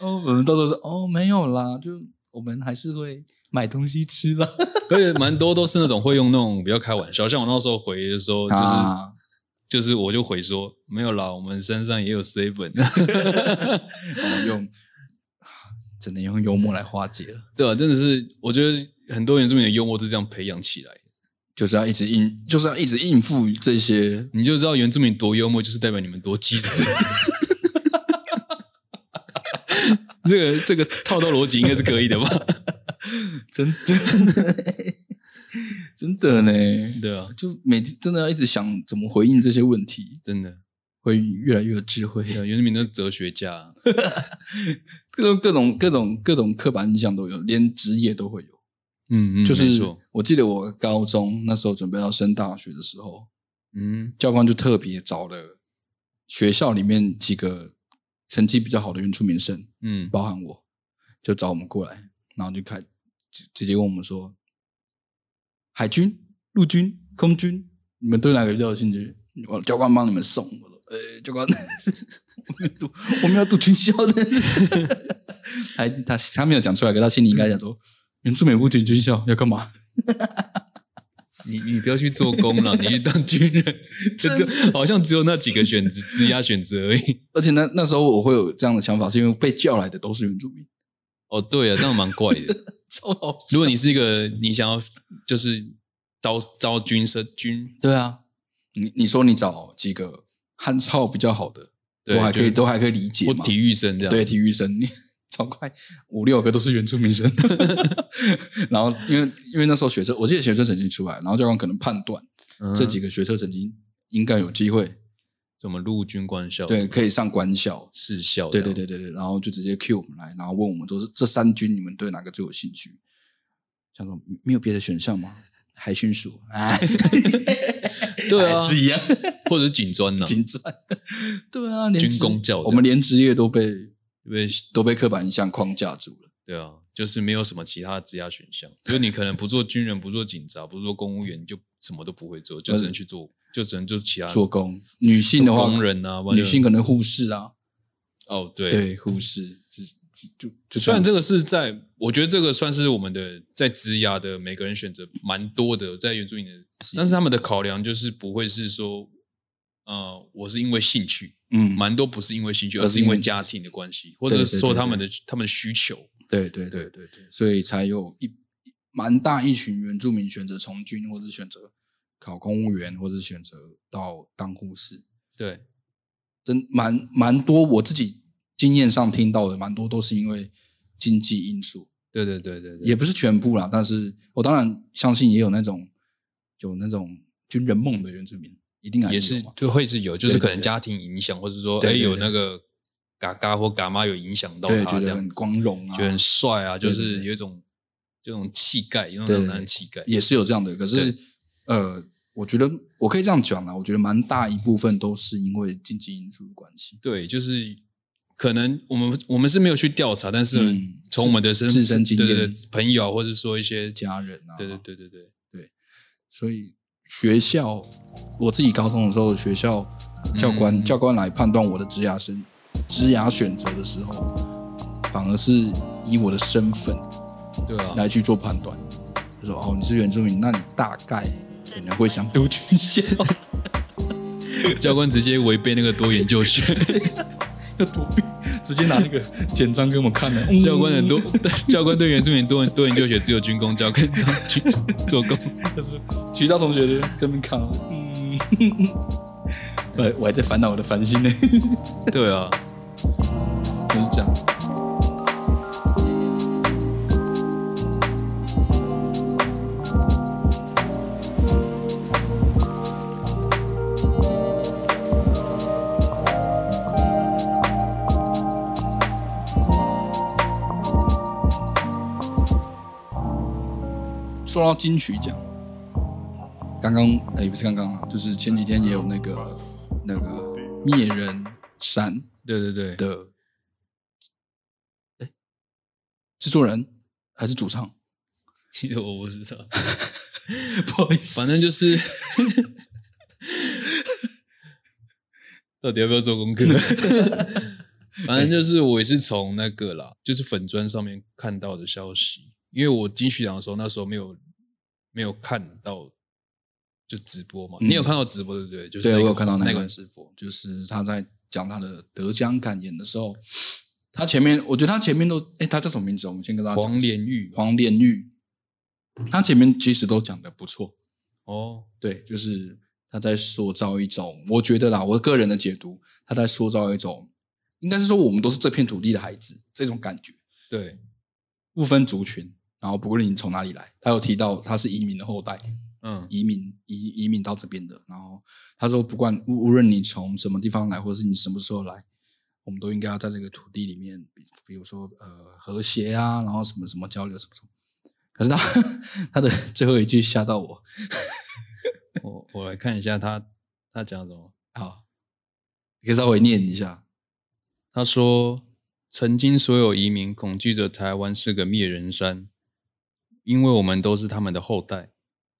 哦，我们到时候说哦没有啦，就我们还是会买东西吃啦，而且蛮多都是那种会用那种比较开玩笑，像 我那时候回的时候，就是、啊就是我就回说没有啦，我们身上也有 seven， 然后用啊只能用幽默来化解了，对吧、啊真的是，我觉得很多原住民的幽默是这样培养起来的，就是要一直应，就是要一直应付这些你就知道原住民多幽默，就是代表你们多 机智。这个这个套套逻辑应该是可以的吧？ 真的， 真的呢，对啊，就每天真的要一直想怎么回应这些问题，真的，会越来越有智慧。对啊原住民的哲学家，各种各种各种各种刻板印象都有，连职业都会有。嗯嗯，就没是错我记得我高中那时候准备要升大学的时候，嗯教官就特别找了学校里面几个成绩比较好的原住民生，嗯包含我，就找我们过来，然后就开直直接问我们说，海军、陆军、空军，你们对哪个比较有兴趣？我教官帮你们送，我说，呃、教官， 我们读我们要读军校的， 还他他没有讲出来，可他心里应该想说，原住民不读军校要干嘛？你你不要去做工 了，你去当军人，这真 就好像只有那几个选择，只押选择而 已。而且那那时候我会有这样的想法，是因为被叫来的都是原住民，哦，对啊，这样蛮怪的。超好笑如果你是一个你想要就是招招军生军，对啊，你你说你找几个汉操比较好的，对我还可以就都还可以理解或嘛。体育生这样，对，体育生， 你超快五六个都是原住民生。 然后因为因为那时候学生，我记得学生成绩出来，然后教官可能判断、嗯这几个学生成绩应该有机会，什么陆军官校、对，可以上官校。士校，对对，对对对，然后就直接 Q 我们来，然后问我们说是这三军你们对哪个最有兴趣？想说没有别的选项吗？海巡署啊，对啊还，是一样 或者是啊警专呐，紧张。对啊，连军职工教这样我们连职业都被因为都被刻板印象框架住了。对啊，就是没有什么其他的职业选项，就是你可能不做军人，不做警察，不做公务员，你就什么都不会做，就只能去做，就只能做其他呃做工，女性的话，啊做工人啊，不然就女性可能护士啊，哦，对，护士，就就就虽然这样这个是在，我觉得这个算是我们的在职涯的每个人选择蛮多的，在原住民的，但是他们的考量就是不会是说，呃，我是因为兴趣，嗯，蛮多不是因为兴趣，而而是是因为因为家庭的关系，或对者对是对说对他们的他们的需求，对对对对对，所以才有一一蛮大一群原住民选择从军，或是选择考公务员，或是选择到当护士，对，真蛮蛮多。我自己经验上听到的，蛮多都是因为经济因素，对对对对对，也不是全部啦。但是我当然相信也有那种有那种军人梦的原住民，一定还也有是嘛。就会是有，就对是对可能家庭影响，或者说对哎对有对那个嘎嘎或嘎妈有影响到对，他觉这得样很子，光荣啊，觉得很帅啊，就对对是对有一种这种气概，有那对种对男人对气概，也是有这样的。可是，呃，我觉得我可以这样讲啦，我觉得蛮大一部分都是因为经济因素的关系。对，就是可能我们我们是没有去调查，但是嗯从我们的身自身经验对对对朋友啊，或者说一些家人啊对对对对对，所以学校，我自己高中的时候，学校教官、嗯教官来判断我的职涯生职涯选择的时候，反而是以我的身份对啊，来去做判断。就说哦，你是原住民，那你大概可能会想读军啊校，教官直接违背那个多研究 学，要躲避，直接拿那个简章给我们看嗯的。教官很很多， 教官对原住民多多研究学只有军工教跟当军 做工，渠道同学就跟他们看，嗯， 我我还在烦恼我的烦心呢，对啊。就是这样。说到金曲奖，刚刚哎、不是刚刚啊，就是前几天也有那个那个灭人山对对对，的，哎、制作人还是主唱？ 其实我不知道，不好意思，反正就是 到底要不要做 功课？反正就是我也是从那个啦，就是粉砖上面看到的消息，因为我金曲奖的时候那时候没有没有看到就直播嘛，嗯你有看到直播对不对？就是对那个我有看到那那个个直播，就是他在讲他的得奖感言的时候，他前面我觉得他前面都，哎、他叫什么名字？我们先跟大家讲黄连玉黄连玉，他前面其实都讲的不错，哦，对，就是他在塑造一种，我觉得啦，我个人的解读，他在塑造一种，应该是说我们都是这片土地的孩子这种感觉，对，不分族群，然后不论你从哪里来，他有提到他是移民的后代，嗯移民移移民到这边的。然后他说，不管无无论你从什么地方来，或者是你什么时候来，我们都应该要在这个土地里面，比比如说呃和谐啊，然后什么什么交流什么什么。可是他 他的最后一句吓到我，我我来看一下他他讲什么。好，你可以稍微念一下。他说：“曾经所有移民恐惧着台湾是个灭人山，因为我们都是他们的后代。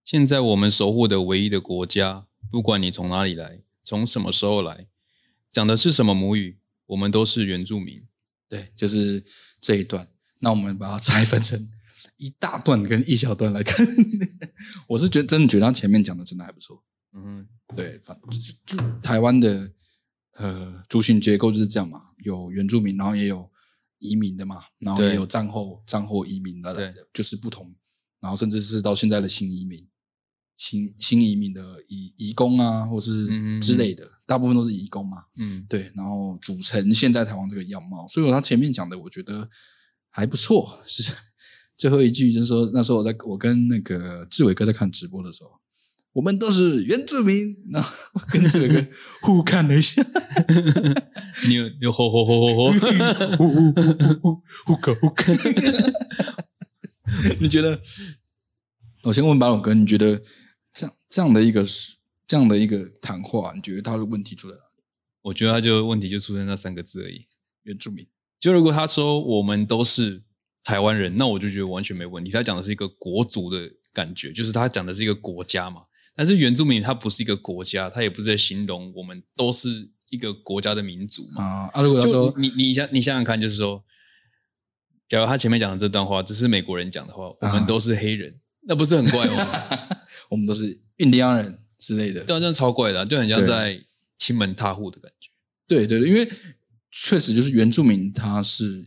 现在我们守护的唯一的国家，不管你从哪里来，从什么时候来，讲的是什么母语，我们都是原住民。对，就是这一段。那我们把它拆分成 一大段跟一小段来看。 我是觉得真的觉得他前面讲的真的还不错。嗯哼，对，反就就台湾的呃族群结构就是这样嘛，有原住民，然后也有移民的嘛，然后也对有战后战后移民的来对的，就是不同，然后甚至是到现在的新移民，新新移民的移移工啊，或嗯嗯是嗯之类的，大部分都是移工嘛，嗯，对，然后组成现在台湾这个样貌。所以我他前面讲的，我觉得还不错。是最后一句就是说，那时候我在我跟那个志伟哥在看直播的时候，我们都是原住民，然后我跟志伟哥互看了一下，你有你有吼吼吼吼 吼，互互互 互互互口互口。你觉得我先问巴龙哥，你觉得这样这样的一个这样的一个谈话，你觉得他的问题出在哪？我觉得他就问题就出在那三个字而已。原住民，就如果他说我们都是台湾人，那我就觉得完全没问题。他讲的是一个国族的感觉，就是他讲的是一个国家嘛。但是原住民他不是一个国家，他也不是在形容我们都是一个国家的民族嘛。啊啊！如果他就说你你想你想想看，就是说，假如他前面讲的这段话只是美国人讲的话，我啊们都是黑人，那不是很 怪吗？我们都是印第安人之类的，对啊，这样超怪的啊、就很像对在亲门踏户的感觉。对对对，因为确实就是原住民，他是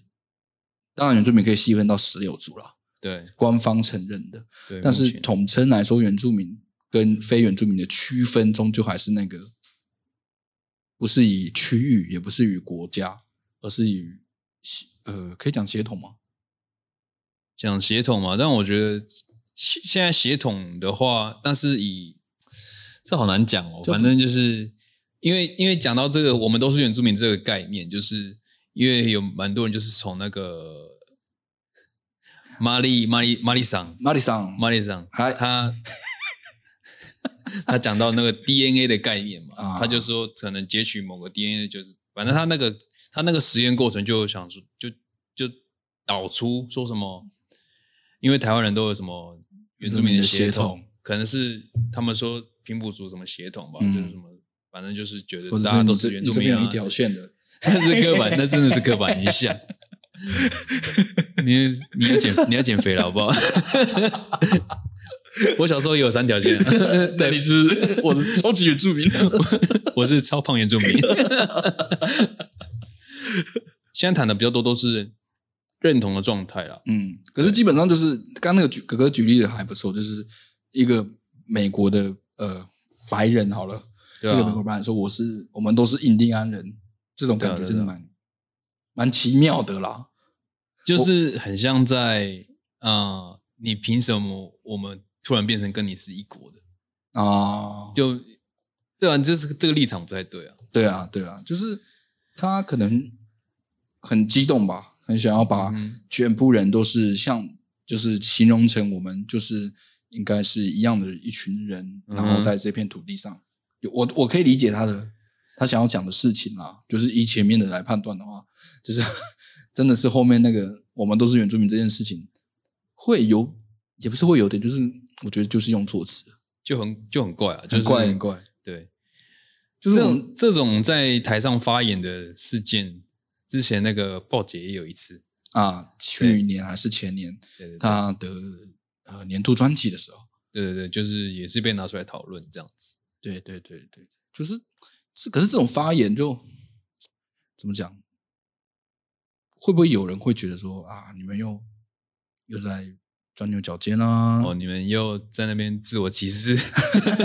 当然原住民可以细分到十六族啦，对官方承认的，对，但目是前统称来说，原住民跟非原住民的区分，终究还是那个不是以区域，也不是与国家，而是以呃，可以讲协同吗？讲协同嘛，但我觉得现现在协同的话，但是以这好难讲哦，就不反正就是因为因为讲到这个，我们都是原住民这个概念，就是因为有蛮多人就是从那个玛丽玛丽玛丽桑马里桑，玛丽桑，嗨 他他讲到那个 DNA 的概念嘛，啊他就说可能截取某个 DNA，就是反正他那个他那个实验过程就想说就就导出说什么，因为台湾人都有什么原住民的血原住民的血统，可能是他们说平埔族什么血统吧，嗯就是什么，反正就是觉得或者大家是都你是这原你住这民边啊有一，条线的， 那是刻板，那真的是刻板印 象。你你要减你要减肥了，好不 好？我小时候也有三条线、 那你是我的超级原住民，啊我是超胖原住民。 现在谈的比较多都是认同的状态啦，嗯，可是基本上就是刚刚那个举哥哥举例的还不错，就是一个美国的呃白人好了，对一个美啊国，白人说我是我们都是印第安人，这种感对觉啊真对的啊蛮蛮奇妙的啦。就是很像在呃，你凭什么我们突然变成跟你是一国的？啊，就就对啊，这是这个立场不太对啊。对啊，对啊，就是他可能很激动吧，很想要把嗯全部人都是像，就是形容成我们就是应该是一样的一群人，嗯哼然后在这片土地上，有我我可以理解他的他想要讲的事情啦，就是以前面的来判断的话，就是 真的是后面那个我们都是原住民这件事情会有，也不是会有点，就是我觉得就是用措辞，就很就很怪啊，就很是怪很怪，对，就是这我种这种在台上发言的事件，之前那个鲍姐也有一次，啊，去年还是前年对对对他的呃年度专辑的时候，对对对，就是也是被拿出来讨论这样子。对对对对，就是是，可是这种发言就怎么讲？会不会有人会觉得说啊，你们又又在钻牛角尖啊，哦，你们又在那边自我歧视，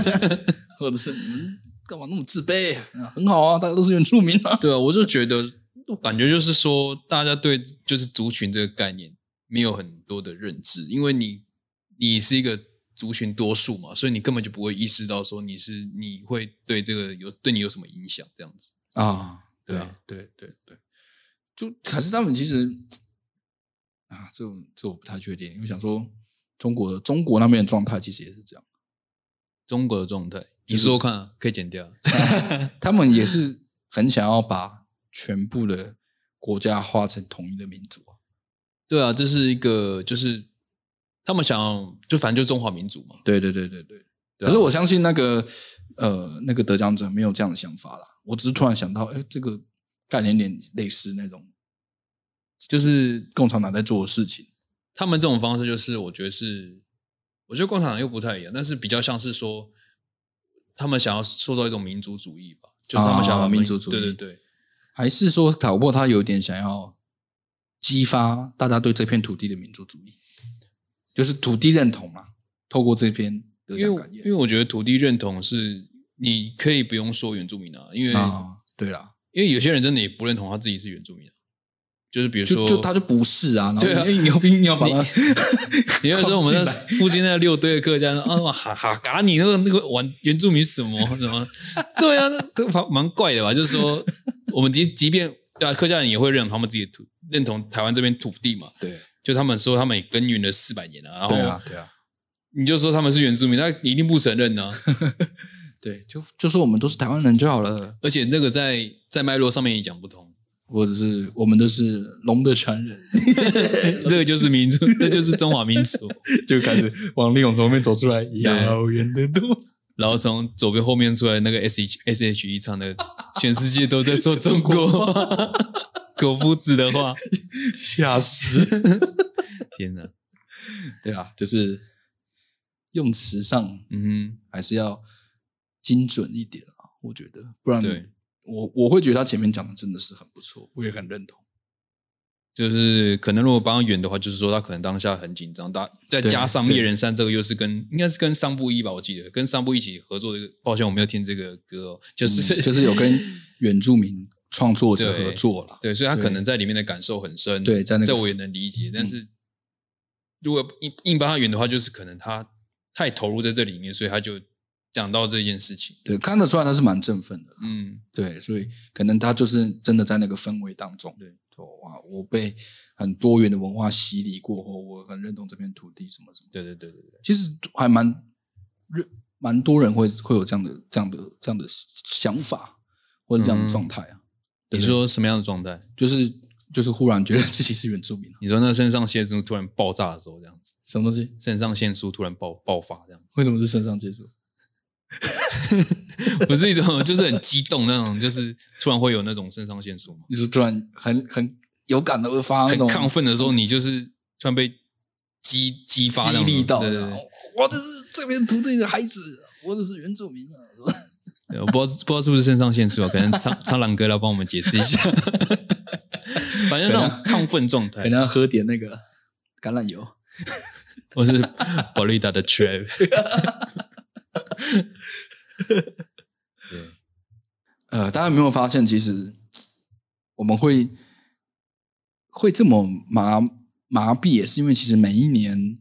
或者是嗯你们干嘛那么自卑、啊？很好啊，大家都是原住民啊。对啊，我就觉得，我感觉就是说，大家对就是族群这个概念没有很多的认知，因为你你是一个族群多数嘛，所以你根本就不会意识到说你是你会对这个有对你有什么影响这样子。啊，对对 啊对对对，就可是他们其实啊，这种这我不太确定，因为想说中国中国那边的状态其实也是这样。中国的状态，你就是说说看、啊，可以剪掉。他们也是很想要把全部的国家化成统一的民族啊。对啊，这是一个就是他们想要就反正就中华民族嘛。对对对对对。对啊可是我相信那个呃那个得奖者没有这样的想法啦。我只是突然想到，哎，这个概念有点类似那种就是共产党在做的事情。他们这种方式，就是我觉得是，我觉得共产党又不太一样，但是比较像是说，他们想要塑造一种民族主义吧，就是他们想要啊把民族主义对对对，还是说，搞不好他有点想要激发大家对这片土地的民族主义，就是土地认同嘛？透过这篇得因奖为感因言为我觉得土地认同是你可以不用说原住民啊，因为、啊，对啦，因为有些人真的也不认同他自己是原住民、啊，就是比如就说就他就不是啊，然对后啊你你又硬要把他 你你会说我靠们近那来附近那六堆的客家人啊，哈哈嘎你那个那个玩原住民什么什么？ 对啊，这蛮蛮怪的吧？就是说，我们即即便对啊，客家人也会认同他们自己的土，认同台湾这边土地嘛。对就他们说他们也耕耘了四百年了、然对后啊对啊，你就说他们是原住民，那你一定不承认呢、对，就就说我们都是台湾人就好了，而且那个在在脉络上面也讲 不通，或者是我们都是龙的传人， 这个就是民族，这就是中华民族。就开始往李永从后面走出来，遥远的路。然后从左边后面出来那个 S H S H E 唱的，全世界都在说中国话， 狗夫子的话，吓死！天哪，对啊，就是用词上嗯还是要精准一点啊，我觉得，不然哼，对，我我会觉得他前面讲的真的是很不错，我也很认同。就是可能如果帮他圆的话，就是说他可能当下很紧张，大再对加上对叶人山这个又是跟应该是跟桑布一吧，我记得跟桑布一起合作的，抱歉我没有听这个歌哦，就是、嗯就是有跟原住民创作者合作了， 对，所以他可对能在里面的感受很深，对在那个嗯这我也能理解。但是如果硬硬帮他圆的话，就是可能他太投入在这里面，所以他就讲到这件事情。对，看得出来他是蛮振奋的，嗯，对，所以可能他就是真的在那个氛围当中，对，哇，我被很多元的文化洗礼过后，我很认同这片土地什么什么，对对对对对，其实还蛮认蛮多人会会有这样的这样的这样的想法或者这样嗯的状态啊，对你说什么样的状态？就是就是忽然觉得自己是原住民了，你说那肾上腺素突然爆炸的时候，这样子，什么东西？肾上腺素突然爆爆发，这样为什么是肾上腺素？子，不是一种就是很激动那种，就是突然会有那种肾上腺素嘛？你说突然很很有感而发那很种嗯亢奋的时候，你就是突然被激激发那激种，励到哦对对的对。，我这是这边土地的孩子，我只是原住民啊。对我不知道不知道是不是肾上腺素啊，可能苍苍狼哥来帮我们解释一下。 反正那种亢奋状态可，能要喝点那个橄榄油。我是保利达的 trap。对呃，大家有没有发现，其实我们会会这么麻麻痹，也是因为其实每一年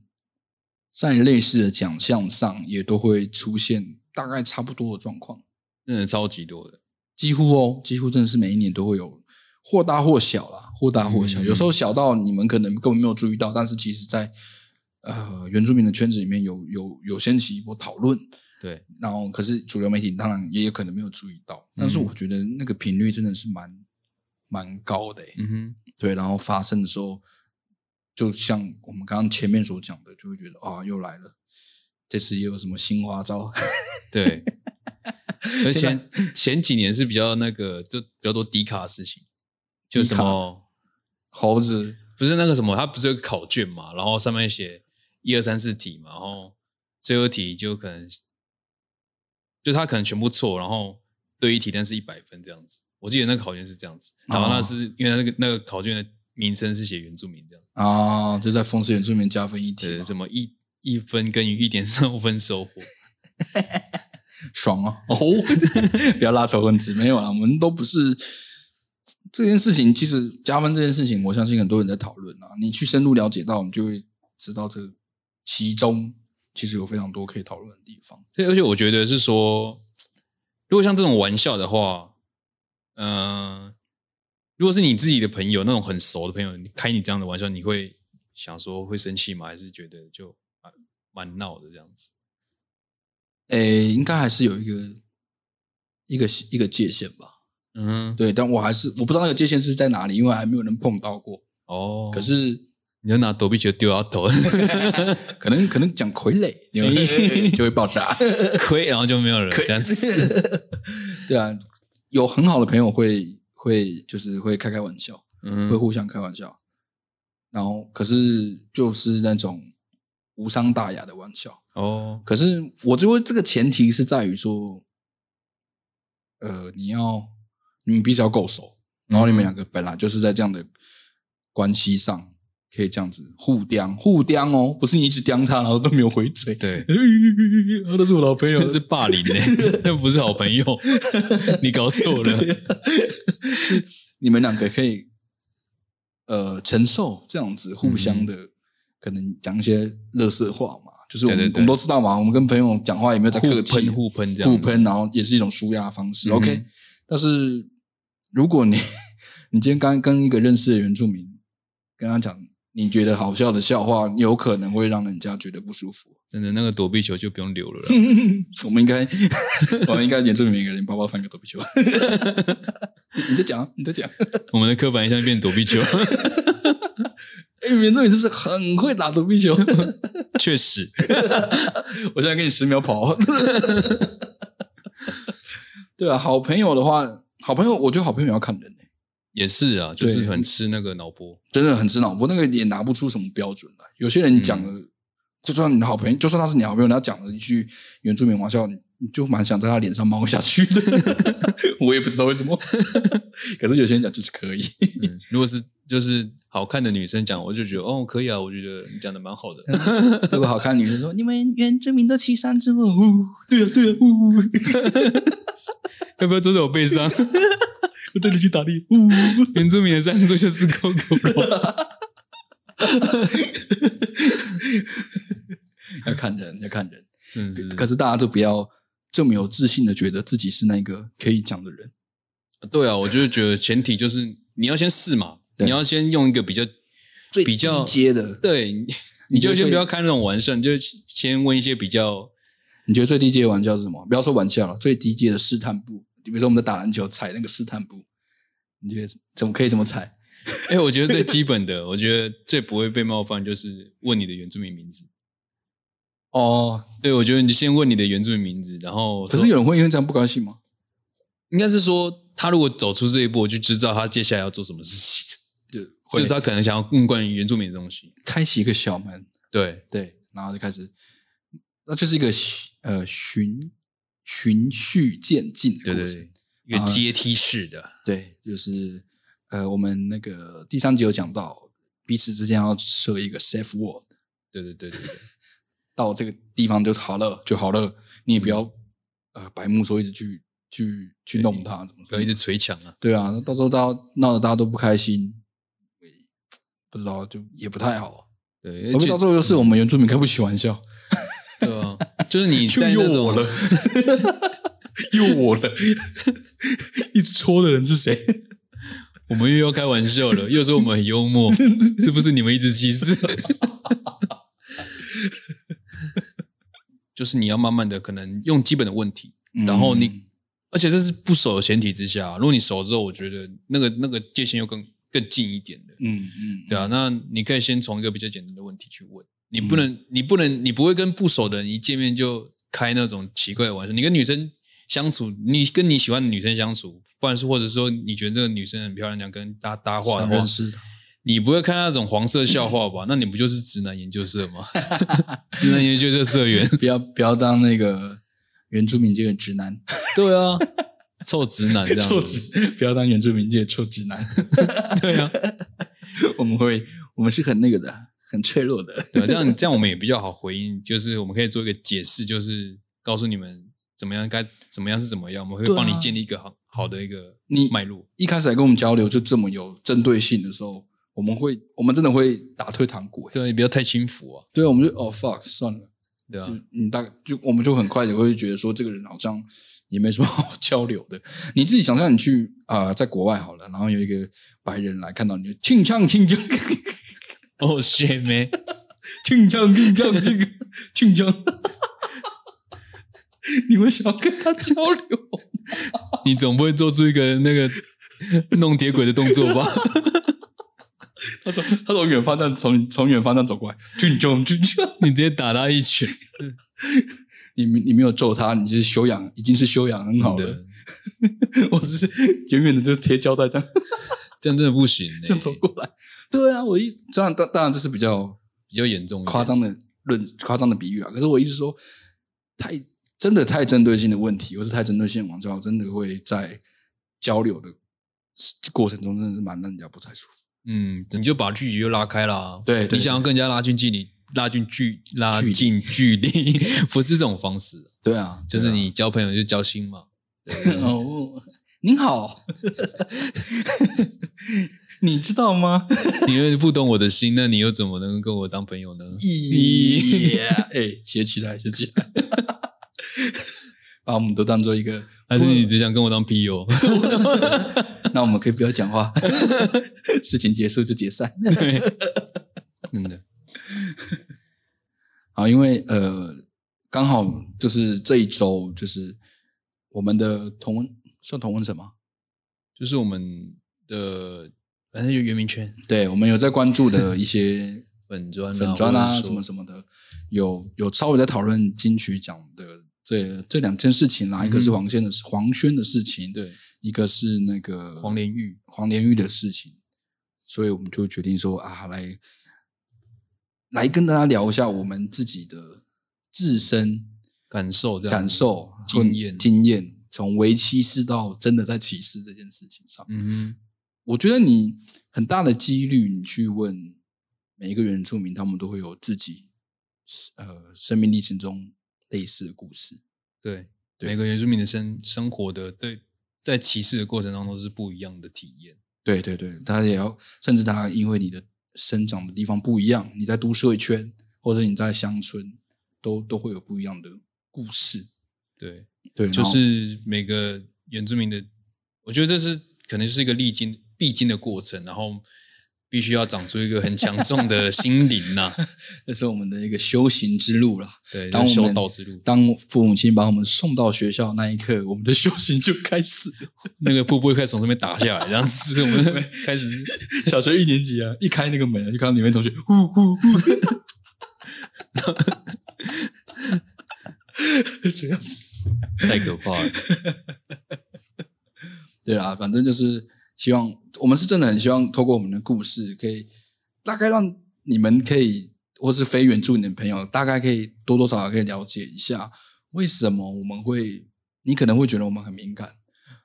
在类似的奖项上，也都会出现大概差不多的状况。真的超级多的，几乎哦，几乎真的是每一年都会有，或大或小啦，或大或小。嗯有时候小到你们可能根本没有注意到，但是其实在呃原住民的圈子里面有有有掀起一波讨论，对，然后可是主流媒体当然也有可能没有注意到，但是嗯我觉得那个频率真的是蛮蛮高的、欸，嗯哼，对。然后发生的时候，就像我们刚刚前面所讲的，就会觉得啊又来了，这次又有什么新花招？ 对。现而前前几年是比较那个，就比较多低卡的事情，就什么猴子不是那个什么，它不是有个考卷嘛，然后上面写一二三四题嘛，然后最后一题就可能就他可能全部错，然后对一题但是一百分这样子。我记得那个考卷是这样子，然后那是、因为那个那个考卷的名称是写原住民这样，啊，就在风之原住民加分一题对，嘛，什么一一分耕耘一点三五分收获，爽啊！哦， 不要拉仇恨值，没有啦，我们都不是这件事情。其实加分这件事情，我相信很多人在讨论啊。你去深入了解到，你就会知道这其中其实有非常多可以讨论的地方。对，而且我觉得是说，如果像这种玩笑的话，嗯、如果是你自己的朋友，那种很熟的朋友，你开你这样的玩笑，你会想说会生气吗？还是觉得就蛮蛮闹的这样子？诶，应该还是有一个一个一个界限吧。嗯，对，但我还是我不知道那个界限是在哪里，因为还没有人碰到过。哦，可是你就拿躲避球丢他 头，可能可能讲傀儡，你会就会爆炸。亏，然后就没有人可以这样子。 对啊，有很好的朋友会会就是会开开玩笑，嗯会，互相开玩笑，然后可是就是那种无伤大雅的玩笑。哦，可是我觉得这个前提是在于说，呃，你要你们彼此要够熟，然后你们嗯两个本来就是在这样的关系上。可以这样子互刁互刁哦，不是你一直刁他，然后都没有回嘴。 对，他都是我老朋友， 那是霸凌呢，那不是好 朋友，你搞错了。你们两个可以呃承受这样子互嗯相的、可能讲一些乐色话嘛，就是我们对对对我们都知道嘛，我们跟朋友讲话也没有在客互气，喷互喷这样，互，喷，然后也是一种舒压方式。嗯哼 OK，但 是如果你你今天刚跟一个认识的原住民跟他讲你觉得好笑的笑话，有可能会让人家觉得不舒服。真的那个躲避球就不用留了啦。 我们应 该，我们应该连住每个人包包放一个躲避球。 你你在讲啊，你在讲。我们的刻板印象变躲避球，哎、欸，原住民是不是很会打躲避球？ 确实，我现在给你十秒跑。对啊，好朋友的话，好朋友，我觉得好朋友要看人、欸、也是啊，就是很吃那个脑波。真的很吃脑波，那个也拿不出什么标准来。有些人讲的，就算你的好朋友，就算他是你好朋友，他讲了一句原住民玩笑，你你就蛮想在他脸上猫下去的。 我也不知道为什么， 可是有些人讲就是可以。 嗯如果是就是好看的女生讲，我就觉得哦可以啊，我觉得你讲的蛮好的。如果好看的女生说：“你们原住民都骑山猪哦，呜，对啊，对啊，呜，要不要坐在我背上？我带你去打猎，呜。”原住民的赞助就是狗狗肉。要看人，要看人。 真的是可是大家都不要这么有自信的觉得自己是那个可以讲的人。对啊，我就是觉得前提就是你要先试嘛，对你要先用一个比较最比较低阶的，对，你你你就就先最不要开那种玩笑，你就先问一些比较你觉得最低阶的玩笑是什么？不要说玩笑了，最低阶的试探步，比如说我们在打篮球踩那个试探步，你觉得怎么可以怎么踩？哎、我觉得最基本的，我觉得最不会被冒犯就是问你的原住民名字。哦，对，我觉得你就先问你的原住民名字，然后可说是有人会因为这样不高兴吗？应该是说，他如果走出这一步，我就知道他接下来要做什么事情，就就就是是他可能想要问关于原住民的东西。开启一个小门，对，对，然后就开始，那就是一个呃循循序渐进的对过对程。对，一个阶梯式的，对，就是呃，我们那个第三集有讲到，彼此之间要设一个 safe word，对对对对对，到这个地方就好了就好了，你也不要、嗯呃白目说一直去去去弄他，怎么不要说一？直捶墙啊。对啊，那到时候大家闹得大家都不开心，不知道就也不太好。对，我而们且嗯到最后又是我们原住民开不起玩笑，对啊，就是你在那又种我了， 又我了， 一直戳的人是谁？我们又要开玩笑了，又说我们很幽默， 是不是你们一直歧视？ 就是你要慢慢的，可能用基本的问题，然后你，嗯而且这是不熟的前提之下，啊如果你熟之后，我觉得那个那个界限又更更近一点的，嗯嗯，对啊，那你可以先从一个比较简单的问题去问，你嗯不能，你不能，你不会跟不熟的人一见面就开那种奇怪的玩笑。你跟女生相处，你跟你喜欢的女生相处，不然是或者说你觉得这个女生很漂亮，想跟搭搭话的想话认，识他。你不会看那种黄色笑话吧？那 你不就是直男研究社吗？ 直男研究社社 员，不要不要当那个原住民界的直 男，对啊，臭直男这样子， 臭直，不要当原住民界的臭直男。对啊， 我们会，我们是很那个的，很脆弱的。对啊，这样这样我们也比较好回应，就是我们可以做一个解释，就是告诉你们怎么样该怎么样是怎么样，我们会对啊帮你建立一个好好的一个你脉络。一开始来跟我们交流就这么有针对性的时候，我们会，我们真的会打退堂鼓。欸对啊，你不要太轻浮啊，对，我们就哦 fuck 算了，对啊就，你大就我们就很快就会觉得说这个人好像也没什么好 交流的。你自己想象你去啊、呃在国外好了，然后有一个白人来看到你就庆唱庆唱。哦谢妹，庆江庆江这个庆江， 你们想跟他交流？ 你总不会做出一个那个弄铁轨的动作吧？ 他从他从远方站从从远方站走过来，庆江庆江，你直接打他一拳，你没你没有揍他，你是修养已经是修养很 好真了的。， 我只是远远的就贴胶带这样这样真的不行、欸，这样走过来。对啊，我一当然当当然这是比较比较严重一点，夸张的论夸张的比喻啊，可是我一直说太真的太针对性的问题，或是太针对性的网教，真的会在交流的过程中真的是蛮让人家不太舒服。嗯，你就把距离就拉开啦。对对你想要更加拉近距离，拉近距拉距离近距离， 不是这种方式，对啊，就是你交朋友就交心嘛。对啊 哦，您好， 你知道吗？你又不懂我的心，那你又怎么能跟我当朋友呢？咦，哎，写起来，写起来，把我们都当做一 个，还是你只想跟我当 P 友？ 那我们可以不要讲话，事情结束就解散。对，真的，好，因为呃，刚好就是这一周，就是我们的同文算同文什么？就是我们的反正就圆明圈对，我们有在关注的一些粉砖啊粉砖啊或者说什么什么的，有有稍微在讨论金曲奖的这这两件事情啦，一个是嗯黄轩的事黄轩的事情，，对一个是那个黄连玉，黄连玉的事情，所以我们就决定说啊，来来跟大家聊一下我们自己的自身感受这样感受、经验经验，从为期师到真的在歧视这件事情上，嗯我觉得你很大的几率，你去问每一个原住民，他们都会有自己呃生命历程中类似的故事。哼，对，对每个原住民的生生活的对，在歧视的过程当中是不一样的体验，对对对，他也要，甚至他因为你的生长的地方不一样，你在都市圈或者你在乡村，都都会有不一样的故事。对，对，就然后是每个原住民的，我觉得这是可能就是一个历经必经的过程，然后必须要长出一个很强壮的心灵呐、这是我们的一个修行之路啦。对，当我修们道之路，当父母亲把我们送到学校那一刻，我们的 修行就开始了。 那个瀑布会开始从上面打下来，这样子，我 们开始小学一年级啊，一开那个门啊，就看到里面同学呼呼 呼， 这样子。太可怕了，对啦，反正就是希望我们是真的很希望透过我们的故事，可以大概让你们可以，或是非原住民的朋友，大概可以多多少少可以了解一下，为什么我们会，你可能会觉得我们很敏感，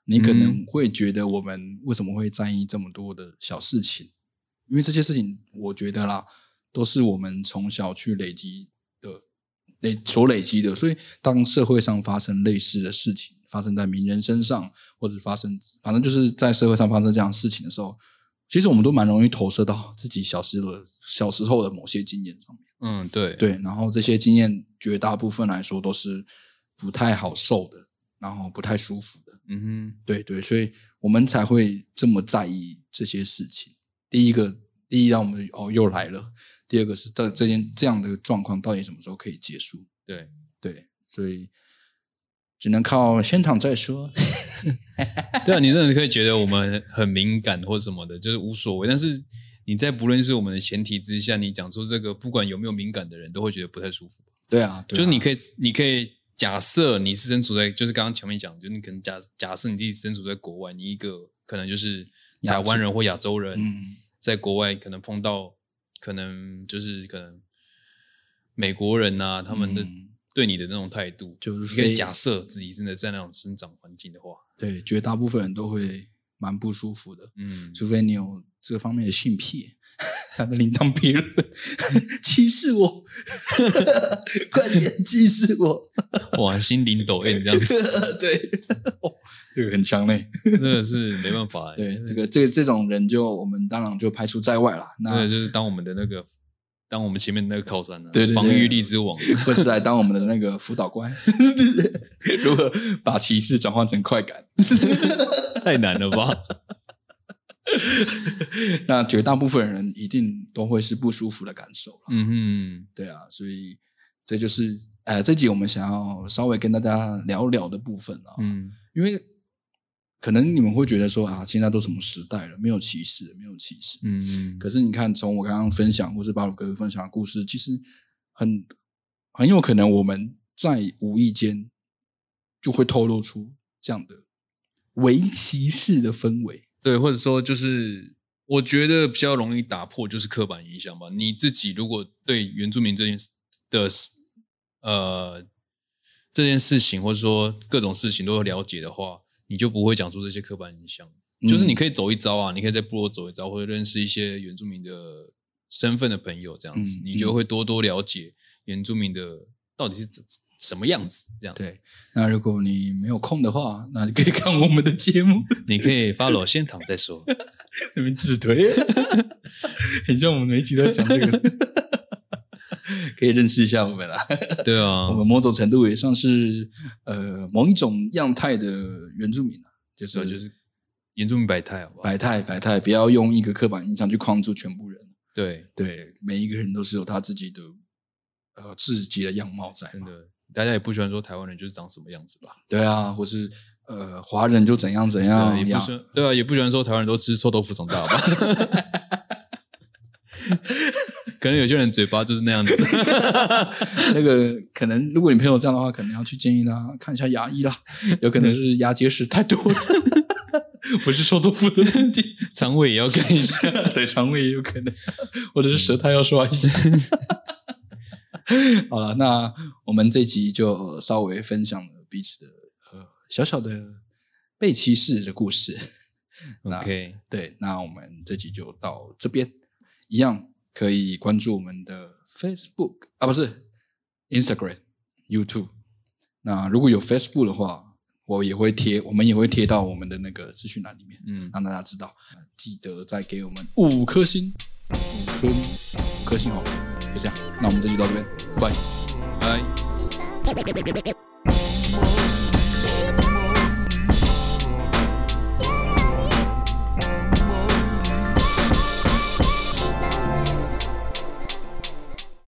你可能会觉得我们为什么会在意这么多的小事情，因为这些事情，我觉得啦，都是我们从小去累积的，累所累积的。所以，当社会上发生类似的事情，发生在名人身上，或者发生，反正就是在社会上发生这样的事情的时候，其实我们都蛮容易投射到自己小时候的小时候的某些经验上面。 嗯，对，对，然后这些经验绝大部分来说都是不太好受的，然后不太舒服的。嗯哼。对对，所以我们才会这么在意这些事情。第一个，第一让我们哦又来了；第二个是这这件这样的状况到底什么时候可以结束？对，对，所以只能靠先躺再说。 对啊，你真的可以觉得我们很敏感或什么的，就是无所谓。但是你在不认识我们的前提之下，你讲出这个，不管有没有敏感的人都会觉得不太舒服。对啊，对啊就是你可以，你可以假设你是身处在，就是刚刚前面讲，就是你可能假假设你自己身处在国外，你一个可能就是亚台洲湾人或亚洲人，嗯，在国外可能碰到，可能就是可能美国人呐、他们的嗯对你的那种态度，就是你可以非假设自己真的在那种生长环境的话，对，绝大部分人都会蛮不舒服的，嗯，除非你有这方面的性癖。 另当别论，歧视我， 快点歧视我！ 哇，心灵抖 M 这样子，对，哦，这个很强嘞。真的是没办法、欸。对，这个这个这种人就我们当然就排除在外啦。那对，就是当我们的那个，当我们前面那个靠山啊，对对对防御力之王，或是来当我们的那个辅导 官，如何把歧视转换成快感？太难了吧？那绝大部分人一定都会是不舒服的感受啦。嗯对啊，所以这就是呃，这集我们想要稍微跟大家聊聊的部分啊哼，，嗯，因为可能你们会觉得说啊，现在都什么时代了，没有歧视，没有歧视，嗯，可是你看，从我刚刚分享或是巴鲁哥分享的故事，其实很很有可能我们在无意间就会透露出这样的围棋式的氛围。对，或者说就是，我觉得比较容易打破就是刻板印象吧。你自己如果对原住民这件事的事呃这件事情，或者说各种事情都有了解的话，你就不会讲出这些刻板印象。就是嗯你可以走一遭啊，你可以在部落走一遭，或者认识一些原住民的身份的朋友，这样子，嗯你就会多多了解原住民的到底是怎什么样子。这样，对，那如果你没有空的话，那你可以看我们的节目，你可以 follow 先躺再说。你们自推， 很像我们每一集都在讲这个， 可以认识一下我们啦。对啊我，们某种程度也算是呃某一种样态的原住民啊，就是对，就是原住民百态，好不好？百态百态，不要用一个刻板印象去框住全部人。对，对，每一个人都是有他自己的呃自己的样貌在嘛，真的，大家也不喜欢说台湾人就是长什么样子吧？对啊，或是呃华人就怎样怎样对，也不样喜欢，对啊，也不喜欢说台湾人都吃臭豆腐 长大吧？可能有些人嘴巴就是 那样子，那个可能，如果你朋友这样的话，可能要去建议他看一下牙医啦， 有可能是牙结石太多了，不是臭豆腐的问题，肠胃也要看一下。对肠胃也有可能，或者是舌苔要刷一下。 好了，那我们这集就稍微分享了彼此的呃小小的被歧视的故事。 那 OK，对，那我们这集就到这边，一样可以关注我们的 Facebook 啊，不是 Instagram、YouTube。那如果有 Facebook 的话，我也会贴，我们也会贴到我们的那个资讯栏里面，嗯，让大家知道。呃记得再给我们五颗星，五颗五颗星好评，就这样。那我们这集到这边，拜。拜。 Oh